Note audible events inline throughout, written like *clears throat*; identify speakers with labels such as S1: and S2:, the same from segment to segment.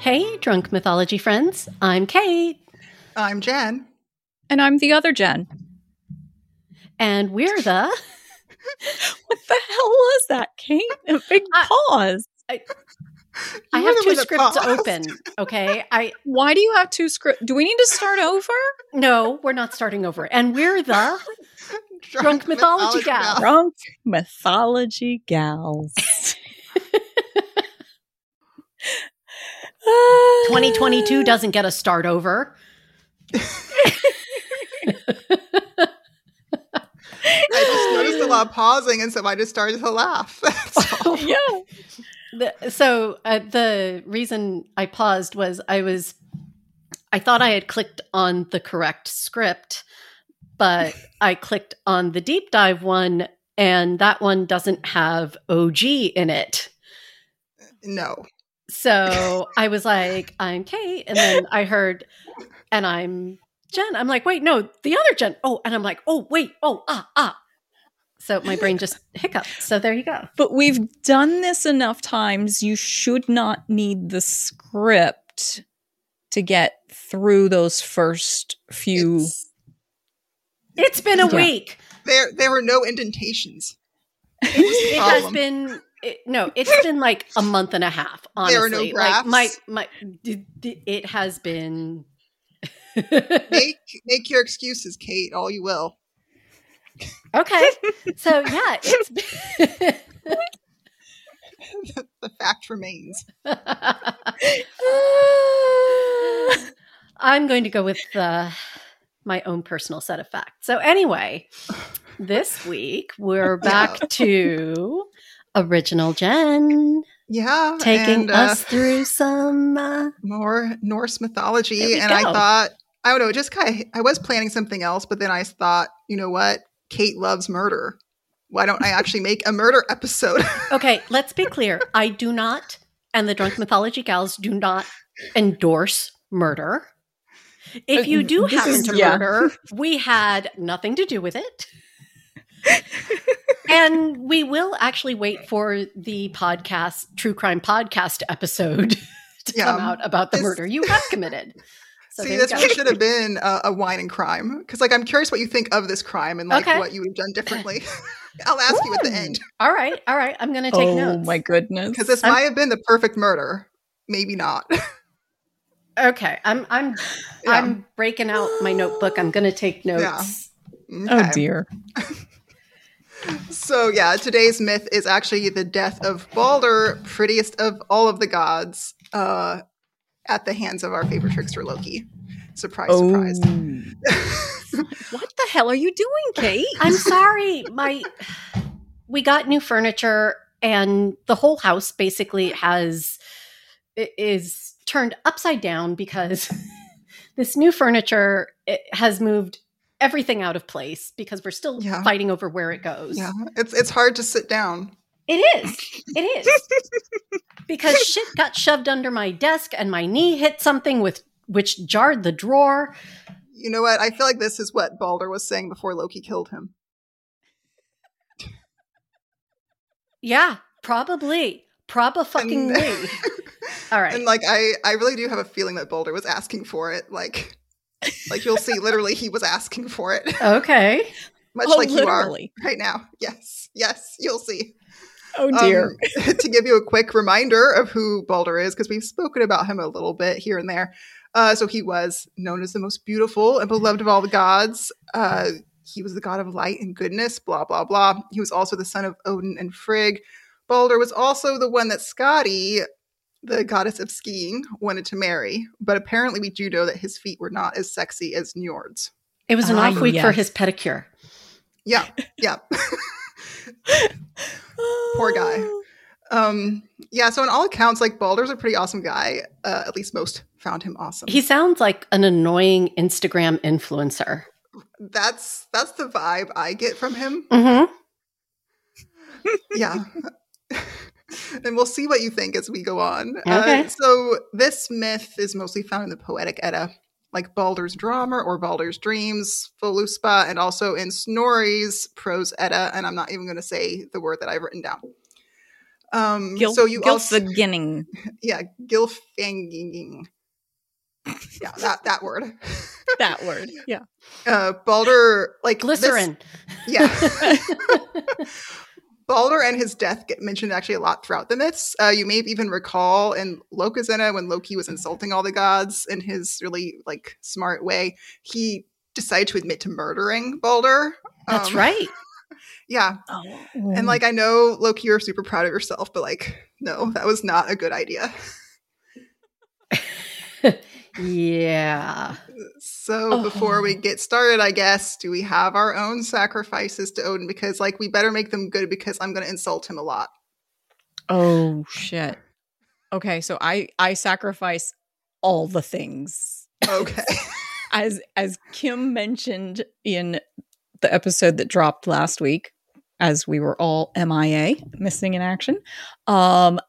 S1: Hey, drunk mythology friends. I'm Kate.
S2: I'm Jen.
S3: And I'm the other Jen.
S1: And we're the.
S3: What the hell was that, *laughs* Kate? A big
S1: I-
S3: pause.
S1: I
S2: You
S1: have
S2: were the
S1: two
S2: one that
S1: scripts
S2: paused. *laughs*
S1: open. Okay. I
S3: Why do you have two script? Do we need to start over?
S1: no, we're not starting over. And we're the Drunk mythology gal.
S3: *laughs* Drunk mythology gals. *laughs* *sighs*
S1: 2022 doesn't get a start over.
S2: I
S1: *laughs*
S2: just noticed a lot of pausing, and so I just started to laugh. *laughs* That's all.
S3: Yeah.
S1: The- so uh, the reason I paused was I was I thought I had clicked on the correct script,
S2: *laughs*
S1: but I clicked on the deep dive one, and that one doesn't have OG in it.
S2: no,
S1: So I was like, I'm Kate. And then I heard, and I'm Jen. I'm like, wait, no, the other Jen. Oh, and I'm like, oh, wait, oh, ah, ah. So my brain just hiccuped. So there you go.
S3: But we've done this enough times. You should not need the script to get through those first few. *sighs*
S2: It's-
S1: It's been a
S3: Yeah.
S1: week.
S2: there there were no indentations.
S1: *laughs* It has
S2: Problem.
S1: been. It, no, it's been like a month and a half. Honestly,
S2: There are no
S1: like my
S2: graphs.
S1: my, d- d- it has been. *laughs*
S2: Make make your excuses, Kate, all you will.
S1: okay, so yeah, it's *laughs* been.
S2: The fact remains.
S1: I'm going to go with uh, my own personal set of facts. So, anyway,
S2: *laughs*
S1: this week we're back to original Jen
S2: Yeah,
S1: taking
S2: and, uh,
S1: us through some. Uh,
S2: more Norse
S1: There we
S2: mythology, and I
S1: go.
S2: thought I don't know, it just kind of I was planning something else, but then I thought, you know what, Kate loves murder. Why don't I actually make a murder episode?
S1: okay, let's be clear. I do not, and the Drunk Mythology Gals do not endorse murder. If you do
S3: This
S1: happen
S3: is-
S1: to
S3: yeah.
S1: murder, we had nothing to do with it. and we will actually wait for the podcast, true crime podcast episode *laughs* to
S2: Yeah.
S1: come out about the
S2: This-
S1: murder you have committed. So
S2: See,
S1: there
S2: this
S1: you
S2: really
S1: go.
S2: should have been a, a wine and crime because, like, I'm curious what you think of this crime and like
S1: Okay.
S2: what you would have done
S1: *laughs*
S2: differently. *laughs* I'll ask you at the end
S1: All right, all right. I'm going to take
S3: oh
S1: notes.
S3: my goodness.
S2: because this
S1: I'm-
S2: might have been the perfect murder. Maybe not. *laughs*
S1: Okay, I'm I'm
S2: Yeah.
S1: I'm breaking out my notebook. I'm going to take notes.
S2: Yeah.
S3: Oh
S2: Okay.
S3: dear.
S2: So yeah, today's myth is actually the death of Balder, prettiest of all of the gods, uh, at the hands of our favorite trickster Loki. Surprise, surprise.
S1: Oh.
S2: Oh.
S3: *laughs* what the hell are
S2: *laughs*
S3: you doing, Kate?
S1: I'm sorry. My we got new furniture and the whole house basically has i- is turned upside down because *laughs* this new furniture it has moved everything out of place because we're still
S2: Yeah.
S1: fighting over where it goes.
S2: Yeah, it's it's hard to sit down.
S1: It is. It is.
S2: *laughs*
S1: because shit got shoved under my desk and my knee hit something with which jarred the drawer.
S2: You know what? I feel like this is what Balder was saying before Loki killed him.
S1: Yeah, probably. Proba fucking
S2: *laughs*
S1: me. All right.
S2: And like I, I really do have a feeling that Boulder was asking for it. Like, like you'll see, literally, he was asking for it, *laughs*
S1: Okay.
S2: much
S3: oh,
S2: like
S3: literally.
S2: you are right now. Yes, yes, you'll see.
S3: Oh dear.
S2: Um, *laughs* to give you a quick reminder of who Boulder is, because we've spoken about him a little bit here and there. Uh, so he was known as the most beautiful and beloved of all the gods. Uh, he was the god of light and goodness. Blah blah blah. He was also the son of Odin and Frigg. Balder was also the one that Scotty, the goddess of skiing, wanted to marry, but apparently we do know that his feet were not as sexy as Njord's.
S1: It was an
S3: Ah,
S1: off week for
S3: yes.
S1: his pedicure.
S2: Yeah, yeah. poor
S3: *gasps*
S2: guy. Um, yeah, so on all accounts, like Balder's a pretty awesome guy. Uh, at least most found him awesome.
S1: He sounds like an annoying Instagram influencer.
S2: that's that's the vibe I get
S1: *laughs*
S2: from him.
S1: Mm-hmm.
S2: Yeah. *laughs* and we'll see what you think as we go on.
S1: Okay.
S2: Uh, so this myth is mostly found in the Poetic Edda, like Balder's Drama or Balder's Dreams, Voluspa, and also in Snorri's Prose Edda. And I'm not even going to say the word that I've written down. Um,
S3: Gil-
S2: so you also, *laughs*
S3: beginning.
S2: yeah, Gilfanging. yeah, that that word.
S3: That word. Yeah.
S2: Uh, Balder, like this-
S1: Glycerin. *laughs*
S2: yeah. Balder and his death get mentioned actually a lot throughout the myths. Uh, you may even recall in Lokazenna when Loki was insulting all the gods in his really like smart way, he decided to admit to murdering Balder.
S1: That's
S2: Um,
S1: right. Mm.
S2: Yeah,
S3: Oh.
S2: and like I know Loki, you're super proud of yourself, but like, no, that was not a good idea.
S1: Yeah.
S2: So
S1: Oh.
S2: before we get started, I guess, do we have our own sacrifices to Odin? Because like we better make them good because I'm gonna insult him
S1: *laughs*
S2: a lot.
S3: oh shit. Okay, so I I sacrifice all the things.
S2: Okay.
S3: As as Kim mentioned in the episode that dropped last week, as we were all MIA, missing in action. Um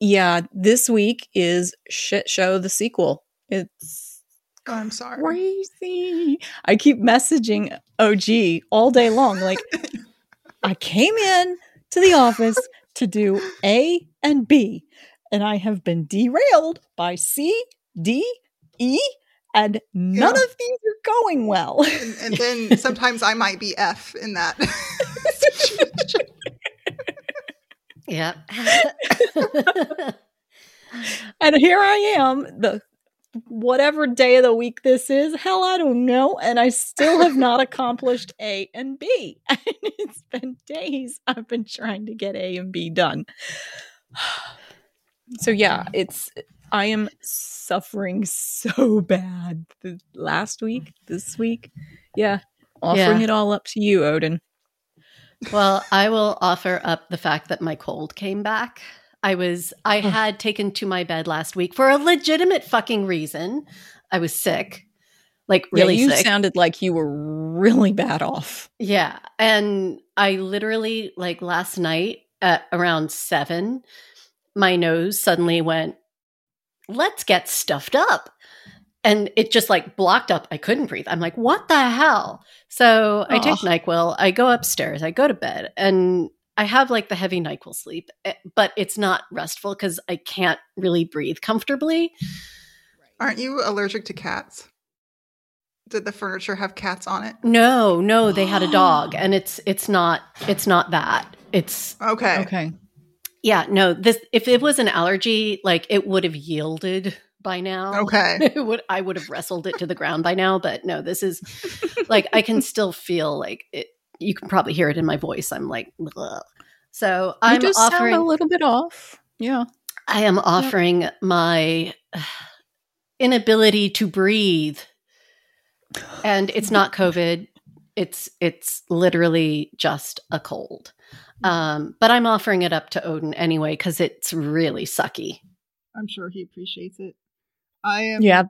S3: yeah, this week is shit show the sequel. It's
S2: Oh, I'm sorry.
S3: crazy. I keep messaging OG all day long.
S2: *laughs*
S3: Like, I came in to the office to do A and B, and I have been derailed by C, D, E, and none
S2: Yeah.
S3: of these are going well.
S2: And, and then sometimes I might be F in that situation.
S1: Yeah.
S3: And here I am, the whatever day of the week this is, hell, I don't know. And I still
S1: *laughs*
S3: have not accomplished A and B. *laughs* And it's been days I've been trying to get A and B done. *sighs* So, yeah, it's, I am suffering so bad the last week, this week. Yeah. Offering
S1: Yeah.
S3: it all up to you, Odin.
S1: *laughs* well, I will offer up the fact that my cold came back. I was I
S3: Oh.
S1: had taken to my bed last week for a legitimate fucking reason. I was sick. Like
S3: Yeah,
S1: really
S3: you
S1: sick.
S3: sounded like you were really bad off.
S1: Yeah. And I literally, like last night at around seven, my nose suddenly went, let's get stuffed up. And it just like blocked up. I couldn't breathe. I'm like, what the hell? So I take
S3: Aw.
S1: NyQuil, I go upstairs, I go to bed, and I have like the heavy NyQuil sleep, eh, but it's not restful because I can't really breathe comfortably.
S2: Aren't you allergic to cats? Did the furniture have cats on it?
S1: No, no, they had a dog, and it's it's not it's not that. It's
S2: Okay.
S3: Okay.
S1: Yeah, no, this if it was an allergy, like it would have yielded by now.
S2: Okay.
S1: *laughs* It would I would have wrestled it to the ground by now, but no, this is like I can still feel like it you can probably hear it in my voice. I'm like "Ugh." so I'm
S3: you just
S1: offering
S3: sound a little bit off. Yeah.
S1: I am offering my inability to breathe. And it's not COVID. It's it's literally just a cold. Um, but I'm offering it up to Odin anyway because it's really sucky.
S2: I'm sure he appreciates it. I am
S3: Yeah,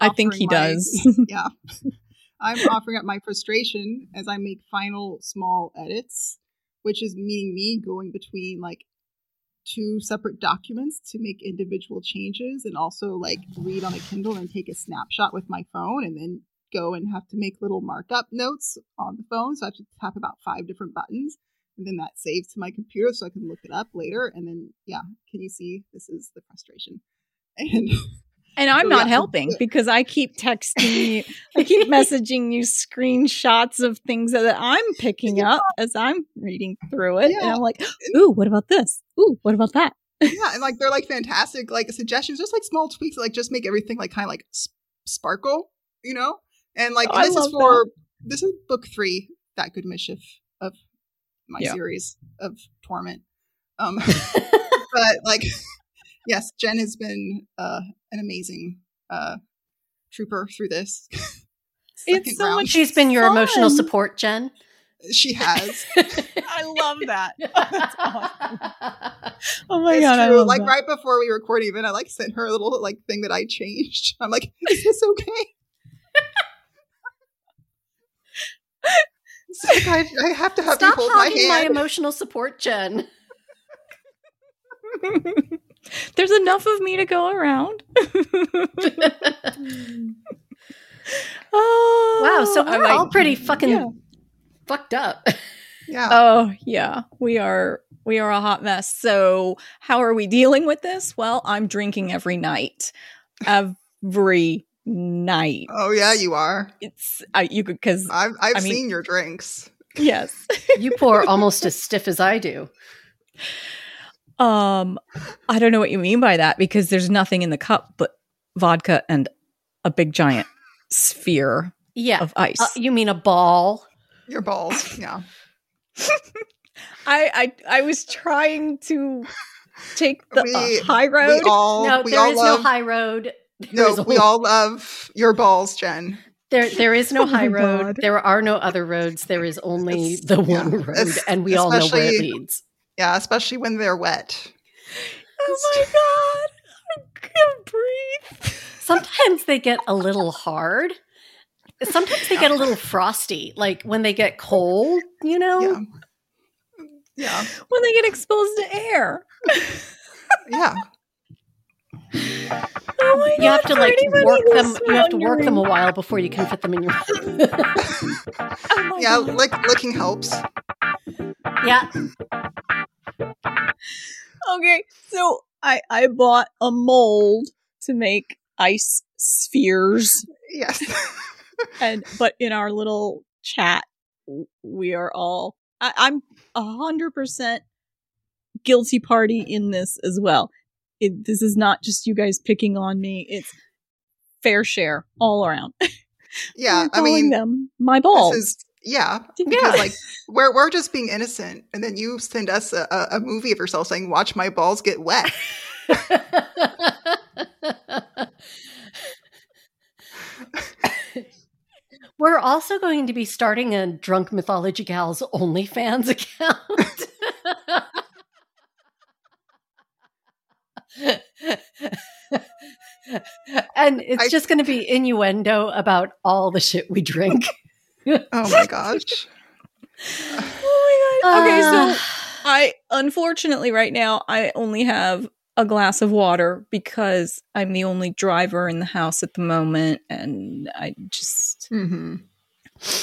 S3: I think
S2: offering
S3: he
S2: my-
S3: does.
S2: *laughs* yeah. I'm offering up my frustration as I make final small edits, which is meaning me going between like two separate documents to make individual changes and also like read on a Kindle and take a snapshot with my phone and then go and have to make little markup notes on the phone. So I have to tap about five different buttons and then that saves to my computer so I can look it up later. And then, yeah, can you see this is the frustration? *laughs* And
S3: *laughs* And I'm
S2: Oh,
S3: not
S2: yeah.
S3: helping because I keep texting you,
S2: *laughs*
S3: I keep messaging you screenshots of things that I'm picking up as I'm reading through it. And
S2: Yeah.
S3: I'm like, *gasps* ooh, what about this? Ooh, what about that?
S2: yeah, and like they're like fantastic, like suggestions, just like small tweaks, that, like just make everything like kind of like sp- sparkle, you know. And like
S3: Oh, I
S2: this is
S3: love
S2: for this is book three, that good mischief of my
S3: Yeah.
S2: series of torment.
S3: *laughs*
S2: Um, but like, *laughs* yes, Jen has been uh an amazing uh trooper through this.
S3: It's
S2: Second
S3: so
S2: round.
S3: much-
S1: She's been your emotional
S3: Fun.
S1: support, Jen.
S3: *laughs*
S2: She has.
S3: I love
S2: *laughs*
S3: that. Oh my
S2: It's
S3: god, I
S2: true.
S3: love
S2: like
S3: that.
S2: right before we recorded, even I like sent her a little like thing that I changed. *laughs* I'm like, is this okay? *laughs* It's like I, I have to have
S1: Stop
S2: you hold my
S1: hogging my
S2: hand.
S1: emotional support,
S3: *laughs*
S1: Jen.
S2: *laughs*
S3: There's enough of me to go around. *laughs* oh,
S1: Wow, so
S3: I
S1: we're
S3: like- Oh,
S1: all pretty fucking
S3: yeah.
S1: fucked up.
S2: Yeah.
S3: Oh, yeah. We are we are a hot mess. So, how are we dealing with this? Well, I'm drinking every night. Every night.
S2: oh yeah, you are.
S3: It's I you could cuz
S2: I've I've
S3: I mean-
S2: seen your drinks.
S3: yes.
S1: You pour almost as stiff as I do.
S3: Um I don't know what you mean by that because there's nothing in the cup but vodka and a big giant sphere
S1: Yeah.
S3: of ice.
S1: Uh, you mean a ball?
S2: Your
S3: *laughs*
S2: balls. Yeah.
S3: I, I I was trying to take the
S2: We-
S3: uh, high
S2: We
S3: road.
S2: all
S1: no,
S2: we
S1: there
S2: all
S1: is
S2: love
S1: no high road. There
S2: no,
S1: is a
S2: we
S1: whole-
S2: all love your balls, Jen.
S1: There, there is *laughs* no
S3: Oh my
S1: high road.
S3: God.
S1: There are no other roads. There is only
S2: It's-
S1: the
S2: yeah.
S1: one road,
S2: It's-
S1: and we all know where it
S2: especially-
S1: leads.
S2: Yeah, especially when they're wet.
S3: oh my god. I can't breathe.
S1: Sometimes they get a little hard. Sometimes they get a little frosty, like when they get cold. You know,
S2: Yeah. Yeah.
S3: When they get exposed to air.
S2: Yeah.
S3: Oh my
S1: you have to like
S3: Cardi, when
S1: work
S3: they
S1: them.
S3: smell
S1: You have to work them a
S3: urine.
S1: while before you can fit them in your.
S3: *laughs* Oh my
S2: Yeah.
S3: God.
S2: Like licking helps.
S1: yeah,
S3: okay. So I I bought a mold to make ice spheres
S2: Yes. *laughs*
S3: and but in our little chat w- we are all I, i'm a hundred percent guilty party in this as well it, this is not just you guys picking on me it's fair share all around
S2: Yeah.
S3: *laughs* I'm
S2: I
S3: calling
S2: mean
S3: them my balls
S2: this is yeah.
S1: Yeah.
S2: Because like we're we're just being innocent. And then you send us a, a, a movie of yourself saying, Watch my balls get
S3: *laughs*
S2: wet.
S1: *laughs* We're also going to be starting a Drunk Mythology Gals OnlyFans account. *laughs* and it's
S2: I-
S1: just going to be innuendo about all the shit we drink.
S2: Oh my gosh.
S3: oh my god *laughs* okay
S1: *sighs* Ah.
S3: so i unfortunately right now i only have a glass of water because i'm the only driver in the house at the moment and i just
S2: hmm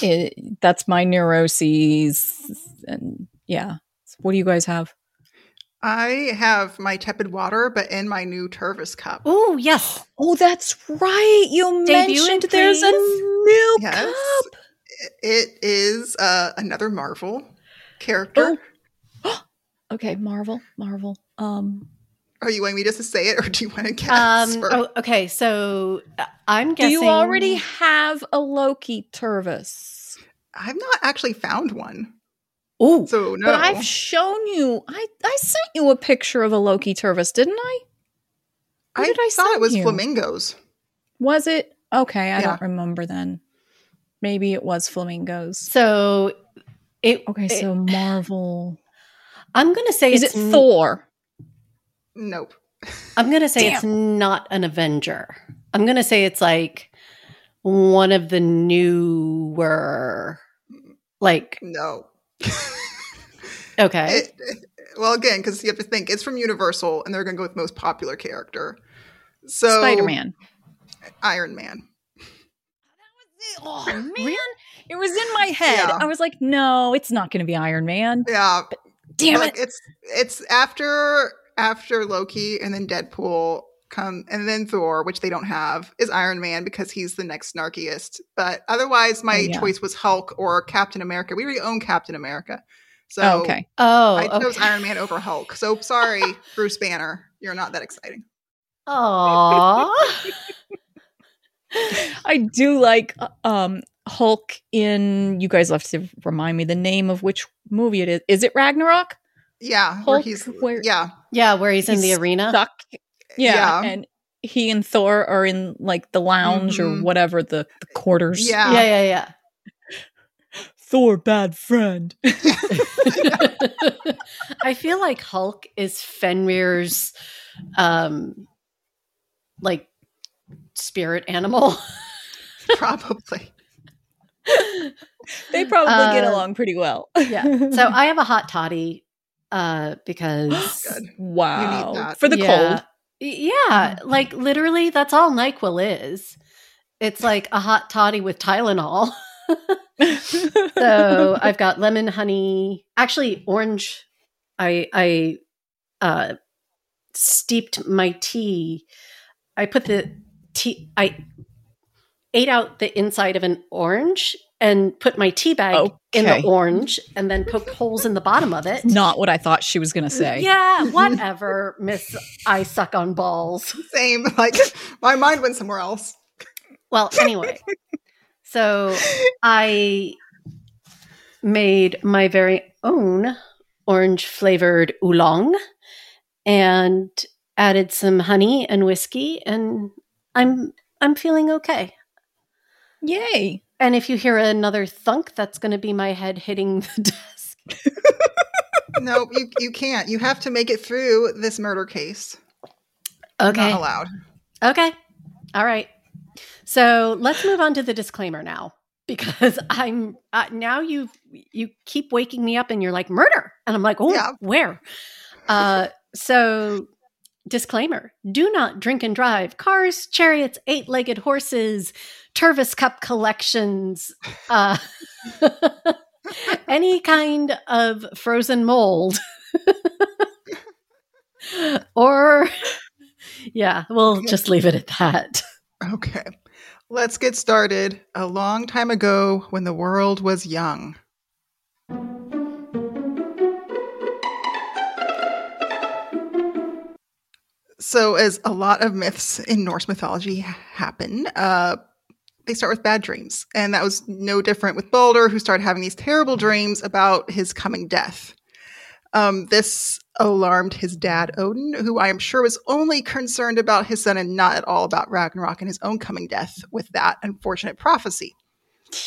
S3: it, that's my neuroses and yeah what do you guys have
S2: I have my tepid water, but in my new Tervis cup.
S1: oh,
S3: *sighs*
S1: yes.
S3: oh that's right you
S1: Debut it,
S3: mentioned there's a
S1: please.
S3: new
S2: Yes.
S3: cup
S2: It is uh, another Marvel character.
S3: Oh. okay marvel marvel um
S2: Are you wanting me just to say it, or do you want to *laughs* guess?
S1: Um,
S2: or-
S1: oh, okay, so uh, I'm
S3: do
S1: guessing.
S3: you already have a loki tervis
S2: I've not actually found one,
S1: Ooh,
S2: so no.
S3: but i've shown you i i sent you a picture of a loki tervis didn't i Who
S2: I
S3: did I
S2: thought
S3: send
S2: it was
S3: you?
S2: flamingos.
S3: was it okay i
S2: Yeah.
S3: don't remember then maybe it was flamingos
S1: so it.
S3: okay
S1: it-
S3: so marvel
S1: I'm going to say
S3: is it
S1: it's n-
S3: thor
S2: Nope.
S1: I'm going to say it's not an Avenger. I'm going to say it's like one of the newer, like,
S2: No. *laughs*
S1: okay.
S2: It- well, again, because you have to think it's from Universal, and they're going to go with most popular character. So
S3: Spider-Man.
S2: Iron Man. *laughs*
S3: Oh man, it was in my head.
S2: Yeah.
S3: I was like, no, it's not going to be Iron Man.
S2: Yeah,
S3: Damn
S2: Look,
S3: it.
S2: It's it's after after Loki and then Deadpool come and then Thor, which they don't have, is Iron Man because he's the next snarkiest. But otherwise, my
S3: Oh, yeah.
S2: choice was Hulk or Captain America. We already own Captain America, so
S3: Oh, okay. *laughs*
S1: oh,
S2: I chose
S1: okay.
S2: Iron Man over Hulk. So sorry, Bruce Banner, you're not that exciting. *laughs*
S1: Aw.
S3: I do like uh, um Hulk in you guys have to remind me the name of which movie it is. Is it Ragnarok?
S2: Yeah, where
S3: Hulk
S2: he's
S3: where
S2: yeah,
S1: yeah, where he's, in the
S3: He's
S1: arena.
S3: Duck. Yeah,
S2: Yeah.
S3: and he and Thor are in like the lounge or
S2: Mhm.
S3: whatever the, the quarters.
S2: yeah,
S1: Yeah, yeah, yeah.
S3: Thor bad friend. *laughs*
S1: I feel like Hulk is Fenrir's, um, like, spirit animal. *laughs*
S2: *laughs* probably.
S3: they probably get
S1: Uh,
S3: along pretty well. *laughs*
S1: yeah. So I have a hot toddy uh, because
S2: *gasps* Good.
S3: wow.
S2: that.
S3: For the cold.
S1: Y- Yeah, like literally, that's all Nyquil is. It's like a hot toddy with Tylenol. *laughs*
S3: *laughs*
S1: so I've got lemon, honey, actually orange. I I uh, steeped my tea. I put the tea. I ate out the inside of an orange and put my tea bag in
S3: Oh, Okay.
S1: the orange, and then poked holes in the bottom of it.
S3: Not what I thought she was going to say. *laughs*
S1: Yeah, whatever, Miss. I suck on balls.
S2: Same. *laughs* Like my mind went somewhere else.
S1: Well, anyway, so I made my very own orange flavored oolong and added some honey and whiskey and I'm I'm feeling okay.
S3: Yay.
S1: And if you hear another thunk, that's going to be my head hitting the *laughs* desk.
S2: No, you you can't. You have to make it through this murder case.
S1: Okay.
S2: Not allowed.
S1: Okay. All right. So let's move on to the disclaimer now because *laughs* I'm uh, now you you keep waking me up and you're like murder and I'm like oh
S2: Yeah.
S1: where uh, so disclaimer do not drink and drive cars chariots eight-legged horses Tervis cup collections uh, *laughs* any kind of frozen mold *laughs* or yeah we'll just leave it at that *laughs*
S2: Okay. Let's get started. A long time ago when the world was young. So, as a lot of myths in Norse mythology happen, uh, they start with bad dreams. And that was no different with Balder, who started having these terrible dreams about his coming death. Um, this alarmed his dad, Odin, who I am sure was only concerned about his son and not at all about Ragnarok and his own coming death with that unfortunate prophecy.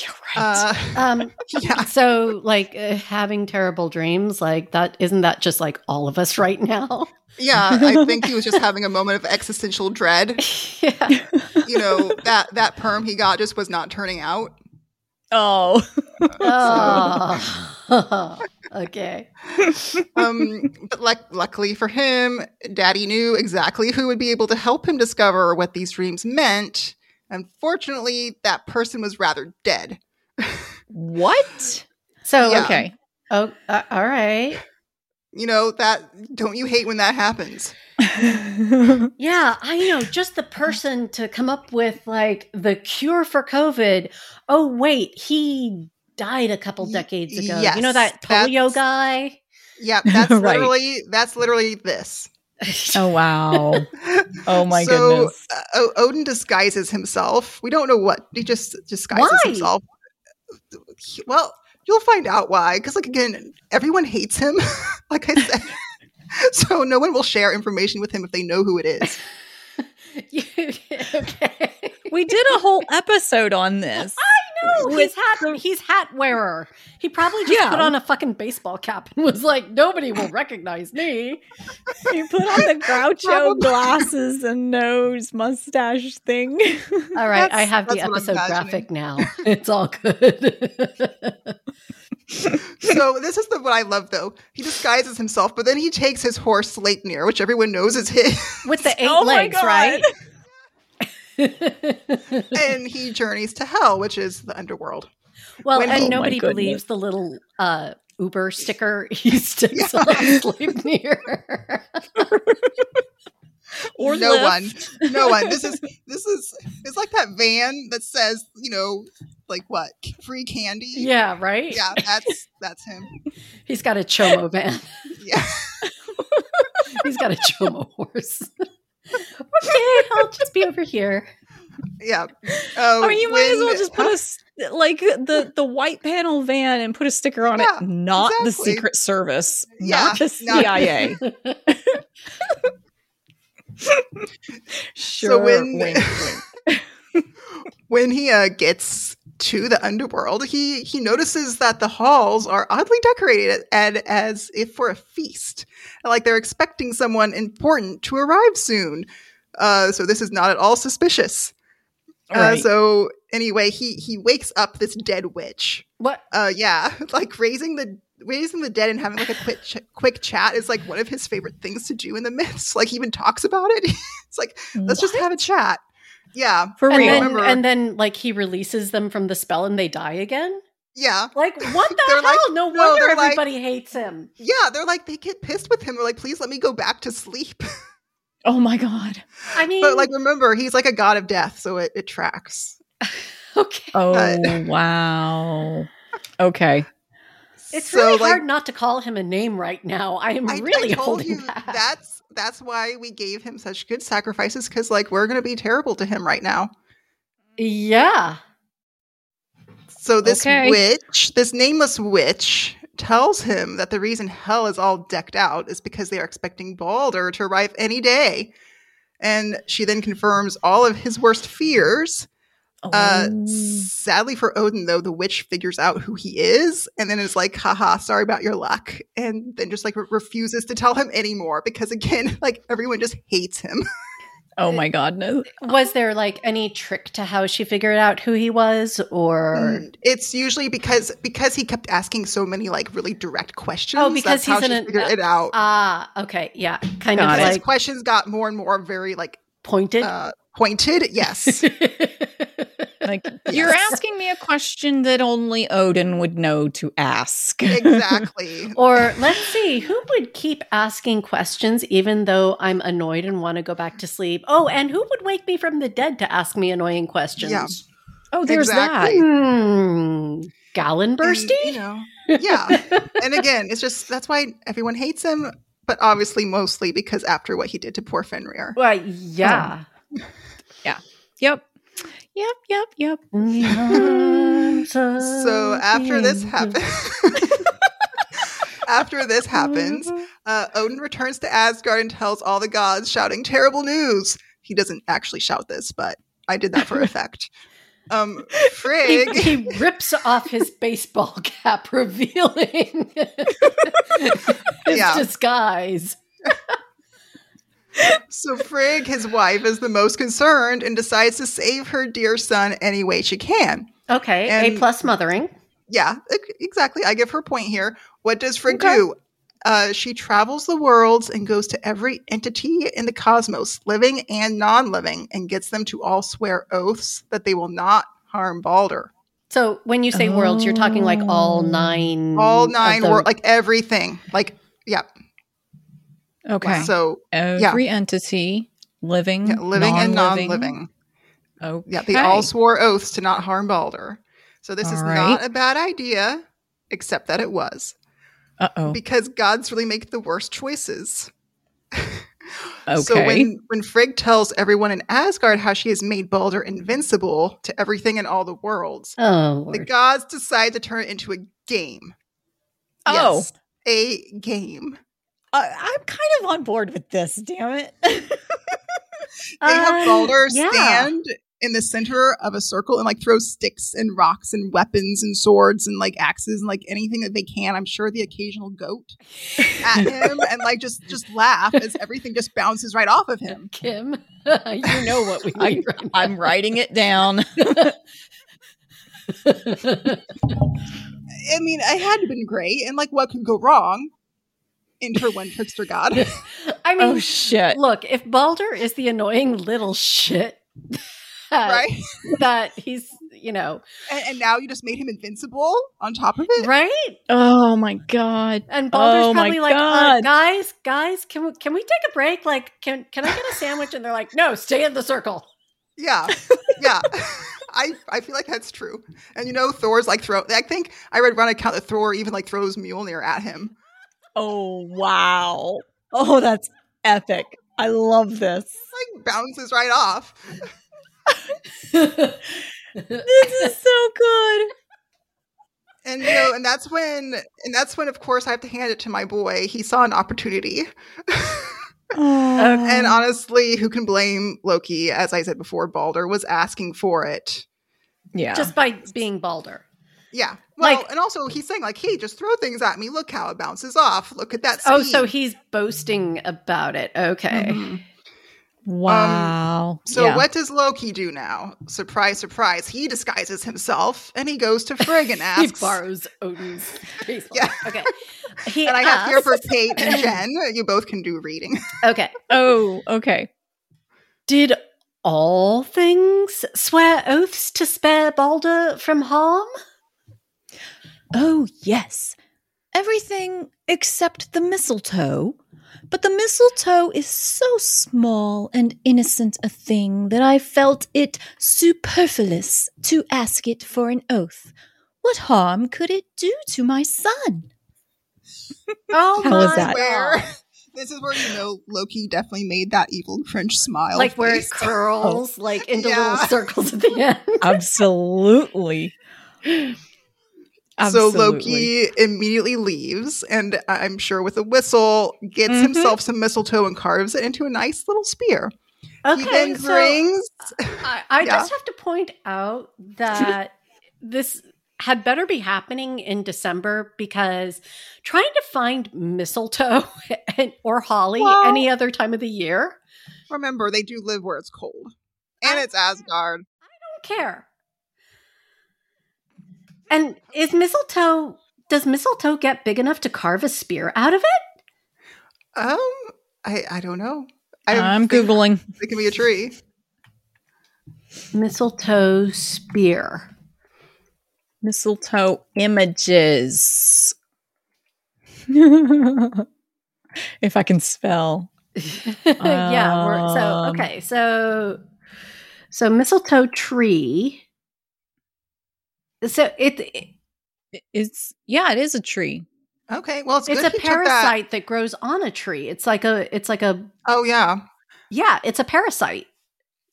S3: You're
S2: Uh,
S1: *laughs* um
S2: yeah.
S1: so like uh, having terrible dreams like that isn't that just like all of us right now *laughs*
S2: Yeah, I think he was just having a moment of existential dread.
S1: yeah
S2: You know, that that perm he got just was not turning out.
S3: oh.
S1: oh. *laughs* okay
S2: Um, but luck luckily for him, Daddy knew exactly who would be able to help him discover what these dreams meant. Unfortunately, that person was rather dead.
S3: What?
S1: so
S2: Yeah.
S3: Okay.
S1: oh, uh, all right
S2: You know, that don't you hate when that happens?
S1: yeah i know just the person to come up with like the cure for covid oh wait he died a couple
S2: Y-
S1: decades ago you know
S2: yes,
S1: that polio
S2: that's-
S1: guy
S2: Yeah,
S3: *laughs*
S2: that's
S3: Right.
S2: literally that's literally this.
S3: *laughs*
S2: *laughs*
S1: *laughs*
S3: oh, wow. Oh, my
S2: so, *laughs*
S3: goodness.
S2: uh, O- Odin disguises himself. We don't know what he just disguises
S1: Why?
S2: himself. He- well, you'll find out why. Because, like again, everyone hates him. *laughs* like I
S3: *laughs*
S2: said, *laughs* so no one will share information with him if they know who it
S3: *laughs*
S2: is.
S1: okay
S3: We did a whole episode on this.
S1: No,
S3: with
S1: Oh, he's hat he's hat wearer. He probably just
S3: Yeah.
S1: put on a fucking baseball cap and was like, nobody *laughs* will recognize me.
S3: You put on the Groucho
S2: *laughs* Probably.
S3: glasses and nose mustache thing.
S1: All right, I
S2: That's-
S1: have the
S2: that's what I'm
S1: episode
S2: imagining.
S1: graphic
S2: *laughs*
S1: now. It's all good. *laughs*
S2: So this is the what I love though. He disguises himself, but then he takes his horse Sleipnir, which everyone knows is his, *laughs*
S1: With the eight
S3: Oh my
S1: legs,
S3: God.
S1: right? *laughs*
S2: and he journeys to hell, which is the underworld.
S1: well,
S2: When
S1: and
S2: he- Oh my
S1: nobody
S3: goodness.
S1: believes the little uh
S2: *laughs*
S1: Uber sticker he sticks
S2: Yeah.
S1: on
S2: *laughs*
S1: Sleipnir.
S3: Or
S2: no
S3: Lyft.
S2: one, no one. This is this is it's like that van that says you know like what free candy.
S1: yeah, right?
S2: yeah, that's that's him.
S1: He's got a chomo van. *laughs*
S2: Yeah,
S1: He's got a chomo
S2: *laughs*
S1: horse. okay, I'll just be over here.
S2: yeah. Oh,
S3: *laughs* I mean, you might as well just put a s- like the the white panel van and put a sticker on
S2: Yeah,
S3: it. Not the
S2: exactly.
S3: Secret Service.
S2: Yeah,
S3: not the
S2: not- *laughs*
S3: *laughs* CIA. sure.
S2: when- *laughs*
S3: wink, wink.
S2: *laughs* when he uh, gets to the underworld, he he notices that the halls are oddly decorated and as if for a feast, like they're expecting someone important to arrive soon. Uh, so this is not at all suspicious.
S3: All right.
S2: Uh, so anyway, he he wakes up this dead witch.
S1: What
S2: Uh, yeah, *laughs* like raising the raising the dead and having like a quick ch- quick chat is like one of *laughs* his favorite things to do in the myths. Like he even talks about it. it's like let's just have a chat. Yeah.
S3: For
S1: and
S3: real.
S1: then,
S2: Remember-
S1: and then like he releases them from the spell and they die again.
S2: Yeah. *laughs*
S1: Like what the
S2: They're
S1: hell?
S2: like-
S1: no
S2: no,
S1: wonder
S2: they're like-
S1: everybody hates him.
S2: Yeah. They're like, they get pissed with him. They're like, please let me go back to sleep. *laughs*
S3: oh my god.
S1: I mean,
S2: But like, remember, he's like a god of death. So it, it tracks. Uh,
S1: okay,
S3: Oh
S2: But-
S3: wow. Okay.
S1: it's
S2: So,
S1: really
S2: like,
S1: hard not to call him a name right now. I am
S2: I,
S1: really
S2: I told
S1: holding
S2: you
S1: back.
S2: that's that's why we gave him such good sacrifices because like we're gonna be terrible to him right now.
S1: Yeah.
S2: So this
S3: Okay.
S2: witch, this nameless witch, tells him that the reason hell is all decked out is because they are expecting Balder to arrive any day. And she then confirms all of his worst fears. Uh,
S3: Oh.
S2: sadly for Odin, though, the witch figures out who he is and then is like, haha, sorry about your luck. And then just like re- refuses to tell him anymore because, again, *laughs* like everyone just hates him.
S3: oh my god. No.
S2: Oh.
S1: Was there like any trick to how she figured out who he was, or
S2: Mm. It's usually because because he kept asking so many like really direct questions.
S1: Oh, because
S2: that's how
S1: he's
S2: she
S1: in an-
S2: figured it out.
S1: ah, okay, yeah, kind of
S3: Got it.
S2: And his
S1: like
S2: questions got more and more very like
S1: pointed.
S2: uh, pointed.
S3: *laughs*
S2: Yes, Uh,
S1: *laughs*
S2: *laughs*
S3: Like you're
S2: Yes.
S3: asking me a question that only Odin would know to ask.
S2: exactly.
S1: Or let's see, who would keep asking questions even though I'm annoyed and want to go back to sleep? Oh, and who would wake me from the dead to ask me annoying questions?
S2: Yeah.
S3: *laughs* Oh, there's
S2: Exactly.
S1: Hmm. Gallenbursty?
S2: And, you know, yeah. and again, it's just that's why everyone hates him. But obviously, mostly because after what he did to poor Fenrir.
S1: Well, yeah.
S3: that. Yep. Yep, yep, yep.
S2: *laughs*
S1: Mm-hmm.
S2: So after this happens, *laughs* after this happens, uh, Odin returns to Asgard and tells all the gods, shouting terrible news. He doesn't actually shout this, but I did that for effect.
S3: *laughs*
S2: Um,
S1: He,
S2: Frigg.
S1: he rips off
S2: *laughs*
S1: his baseball cap, *laughs* revealing his
S2: Yeah.
S1: disguise.
S2: So Frigg, his wife, is the most concerned and decides to save her dear son any way she can.
S1: Okay,
S2: And-
S1: A plus mothering.
S2: Yeah, e- exactly. I give her point here. What does Frigg
S3: Okay.
S2: do? Uh, she travels the worlds and goes to every entity in the cosmos, living and non-living, and gets them to all swear oaths that they will not harm Balder.
S1: So when you say worlds, you're talking like all
S3: Mm,
S1: nine,
S2: All
S1: of
S2: nine
S1: the-
S2: world, like everything. Like
S3: Okay.
S2: so,
S3: Every entity living,
S2: yeah, living and
S3: non-living.
S2: non-living.
S3: Okay.
S2: Yeah, they all swore oaths to not harm Balder. So this
S3: All
S2: is
S3: right.
S2: not a bad idea, except that it was.
S3: Uh oh.
S2: Because gods really make the worst choices.
S3: Okay.
S2: So when, when Frigg tells everyone in Asgard how she has made Balder invincible to everything in all the worlds,
S1: Oh,
S2: the
S1: Lord.
S2: gods decide to turn it into a game.
S3: oh,
S2: Yes, a game.
S3: I- I'm kind of on board with this. Damn it. *laughs*
S2: They have
S1: Uh,
S2: Balder
S1: yeah.
S2: stand in the center of a circle and like throw sticks and rocks and weapons and swords and like axes and like anything that they can. I'm sure the occasional goat
S1: *laughs*
S2: at him and like just just laugh as everything just bounces right off of him.
S1: Kim, *laughs* you know what *laughs* we need. right
S3: I'm writing it down.
S1: now.
S2: I mean, it had been great, and like what could go wrong? Enter one
S1: *laughs*
S2: trickster god.
S1: *laughs* I mean,
S3: *laughs* oh shit.
S1: look, if Balder is the annoying little shit *laughs* that,
S2: right?
S1: that he's, you
S2: *laughs*
S1: know,
S2: And, and now you just made him invincible on top of it.
S1: right?
S3: Oh my god.
S1: And Balder's
S3: Oh, my
S1: probably like, uh,
S3: God.
S1: guys, guys, can we can we take a break? Like, can can I get a sandwich? And they're like, no, stay in the circle. *laughs*
S2: Yeah, yeah. *laughs* I I feel like that's true. And you know, Thor's like throw. I think I read one account that Thor even like throws Mjolnir at him.
S3: Oh wow. Oh, that's epic. I love this.
S2: Like bounces right off.
S3: This is so good.
S2: And you know, and that's when, and that's when, of course, I have to hand it to my boy. He saw an opportunity.
S3: Oh. *sighs*
S2: And
S1: Mm-hmm.
S2: honestly, who can blame Loki? As I said before, Balder was asking for it.
S3: yeah.
S1: Just *laughs* by being Balder.
S2: Yeah. Well,
S1: Like-
S2: and also he's saying like, "Hey, just throw things at me. Look how it bounces off. Look at that speed."
S1: Oh, so he's boasting about it. Okay. *laughs*
S2: Mhm.
S3: Um, wow.
S2: So
S3: Yeah.
S2: what does Loki do now? Surprise, surprise! He disguises himself and he goes to Frigg
S1: *laughs*
S2: and
S1: He
S2: asks.
S1: borrows
S2: *laughs*
S1: Odin's baseball.
S2: Yeah. *laughs*
S1: Okay. He
S2: and I have here
S1: asks-
S2: for Kate
S1: *laughs*
S2: and Jen. You both can do reading.
S1: Okay.
S3: Oh, okay.
S1: Did all things swear oaths to spare Balder from
S2: *laughs*
S1: harm?
S3: Oh, yes. Everything except the mistletoe. But the mistletoe is so small and innocent a thing that I felt it superfluous to ask it for an oath. What harm could it do to my son?
S1: Oh,
S3: How was
S1: my
S3: that?
S2: Where
S1: God.
S2: *laughs* this is where you know Loki definitely made that evil French smile.
S1: Like where it
S2: face.
S1: curls, like into
S2: Yeah.
S1: little circles at
S2: *laughs*
S1: the end.
S3: Absolutely.
S2: So Loki immediately leaves, and I'm sure with a whistle, gets
S1: Mm-hmm.
S3: Mhm.
S2: himself some mistletoe and carves it into a nice little spear. he
S1: Okay,
S2: then
S1: so
S2: brings.
S1: I, I
S2: Yeah.
S1: just have to point out that *laughs* this had better be happening in December because trying to find mistletoe *laughs* and, or holly
S2: Well-
S1: any other time of the year,
S2: Remember, they do live where it's cold, and it's Asgard.
S1: I don't care. And is mistletoe, does mistletoe get big enough to carve a spear out of it?
S2: Um, I I don't know. I
S3: I'm
S2: think
S3: Googling.
S2: It can be a tree.
S1: Mistletoe spear.
S3: mistletoe images. if I can spell.
S1: *laughs* yeah. we're- so,
S3: Um,
S1: okay. So, so mistletoe tree. So it,
S3: It's yeah, it is a tree.
S2: Okay, well, it's,
S1: it's
S2: good
S1: a
S2: he took that-
S1: parasite that grows on a tree. It's like a, it's like a,
S2: Oh yeah,
S1: yeah, it's a parasite.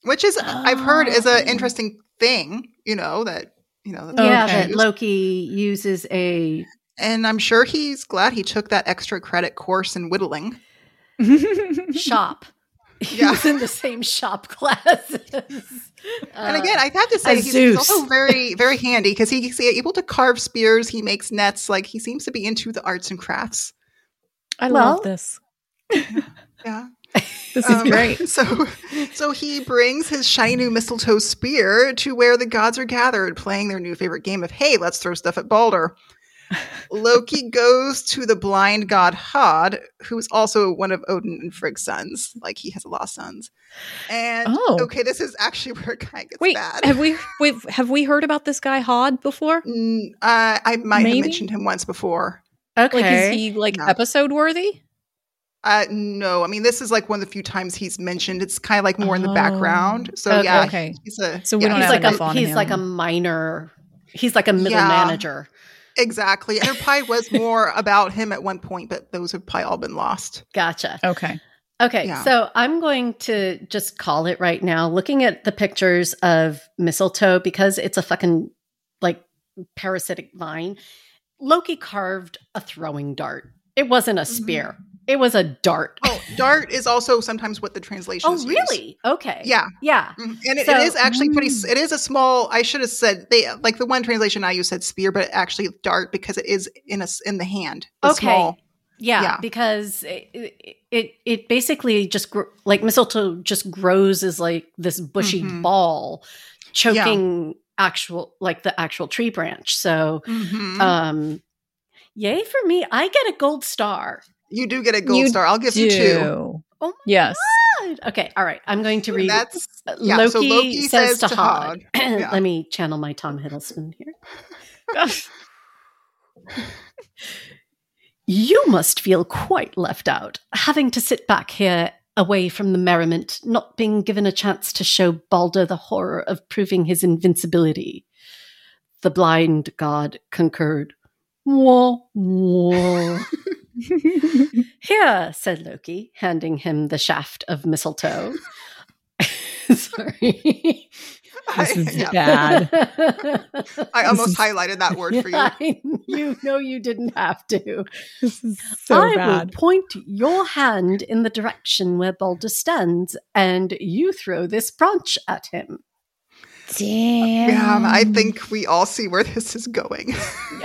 S2: which is I've heard is
S3: Oh.
S2: an interesting thing. You know that you know. That
S1: Ah. Yeah,
S3: Okay.
S1: that Loki uses a
S2: and I'm sure he's glad he took that extra credit course in whittling.
S1: shop. *laughs* He
S2: Yeah.
S1: was in the same shop classes.
S2: *laughs* And
S1: Uh,
S2: again, I have to say
S3: as
S2: he's, he's
S3: Zeus.
S2: also very, very handy because he, he's able to carve spears. He makes nets. Like he seems to be into the arts and crafts.
S3: I
S1: Well-
S3: love this.
S2: Yeah,
S3: This
S2: Um, *laughs* So, so he brings his shiny new mistletoe spear to where the gods are gathered, playing their new favorite game of "Hey, let's throw stuff at
S3: *laughs*
S2: Balder." Loki goes to the blind god Hod, who is also one of Odin and Frigg's sons. Like he has a lot of sons. And
S3: Oh.
S2: okay, this is actually *laughs* where it kind of gets
S3: Wait,
S2: bad.
S3: have we wait, have we heard about this guy Hod before?
S2: Mm, uh, I might
S3: Maybe?
S2: have mentioned him once before.
S1: okay.
S3: Like is he like
S2: No.
S3: episode worthy?
S2: Uh, no, I mean this is like one of the few times he's mentioned. It's kind of like more in the
S3: Oh.
S2: background. So
S1: Okay.
S2: yeah,
S3: okay.
S2: he's a
S3: So we
S2: yeah,
S3: don't
S2: he's
S1: he's
S3: have
S1: like
S2: like a-
S3: enough on
S1: a, he's
S3: him.
S1: like a minor. He's like a middle
S2: Yeah.
S1: manager.
S2: Exactly. And there probably was more about him at one point, but those have probably all been lost.
S1: Gotcha.
S3: Okay.
S1: Okay,
S2: Yeah.
S1: so I'm going to just call it right now. Looking at the pictures of mistletoe because it's a fucking like parasitic vine. Loki carved a throwing dart. It wasn't a spear. It was a dart.
S2: Mm-hmm. Oh, dart is also sometimes what the translation
S1: Oh,
S2: is. used.
S1: really? Okay.
S2: Yeah.
S1: Yeah.
S2: Mhm. And it,
S1: So-
S2: it is actually pretty, s-
S3: Mm.
S2: it is a small, I should have said, they like the one translation I used said spear, but actually dart because it is in a, s- in the hand. It's
S1: Okay.
S2: Small.
S1: Yeah,
S2: Yeah.
S1: because it, it it basically just gr- like mistletoe just grows as like this bushy
S2: Mhm.
S1: ball choking actual like the actual tree branch. So
S2: Mhm.
S1: um yay for me. I get a gold star.
S2: you do get a gold
S3: you
S2: star. I'll give you two.
S3: Do.
S1: Oh my
S3: Yes.
S1: god. Okay, all right. I'm going to read
S2: That's *laughs* yeah,
S1: Loki,
S2: so Loki
S1: says,
S2: says
S1: to
S2: to
S1: Hod. *clears throat*
S2: Yeah.
S1: Let me channel my Tom Hiddleston here.
S2: *laughs*
S1: You must feel quite left out, having to sit back here away from the merriment, not being given a chance to show Balder the horror of proving his invincibility. The blind god concurred. Wah, wah. Here, said Loki, handing him the shaft of mistletoe. *laughs* Sorry.
S3: This is
S2: yeah.
S3: bad.
S1: *laughs*
S2: I
S3: This
S2: almost
S3: is-
S2: highlighted that word for you.
S1: I, you know you didn't have to.
S3: This is so
S1: I
S3: bad.
S1: will point your hand in the direction where Balder stands, and you throw this branch at him.
S3: Damn.
S2: Yeah, I
S3: Um,
S2: think we all see where *laughs* this is going.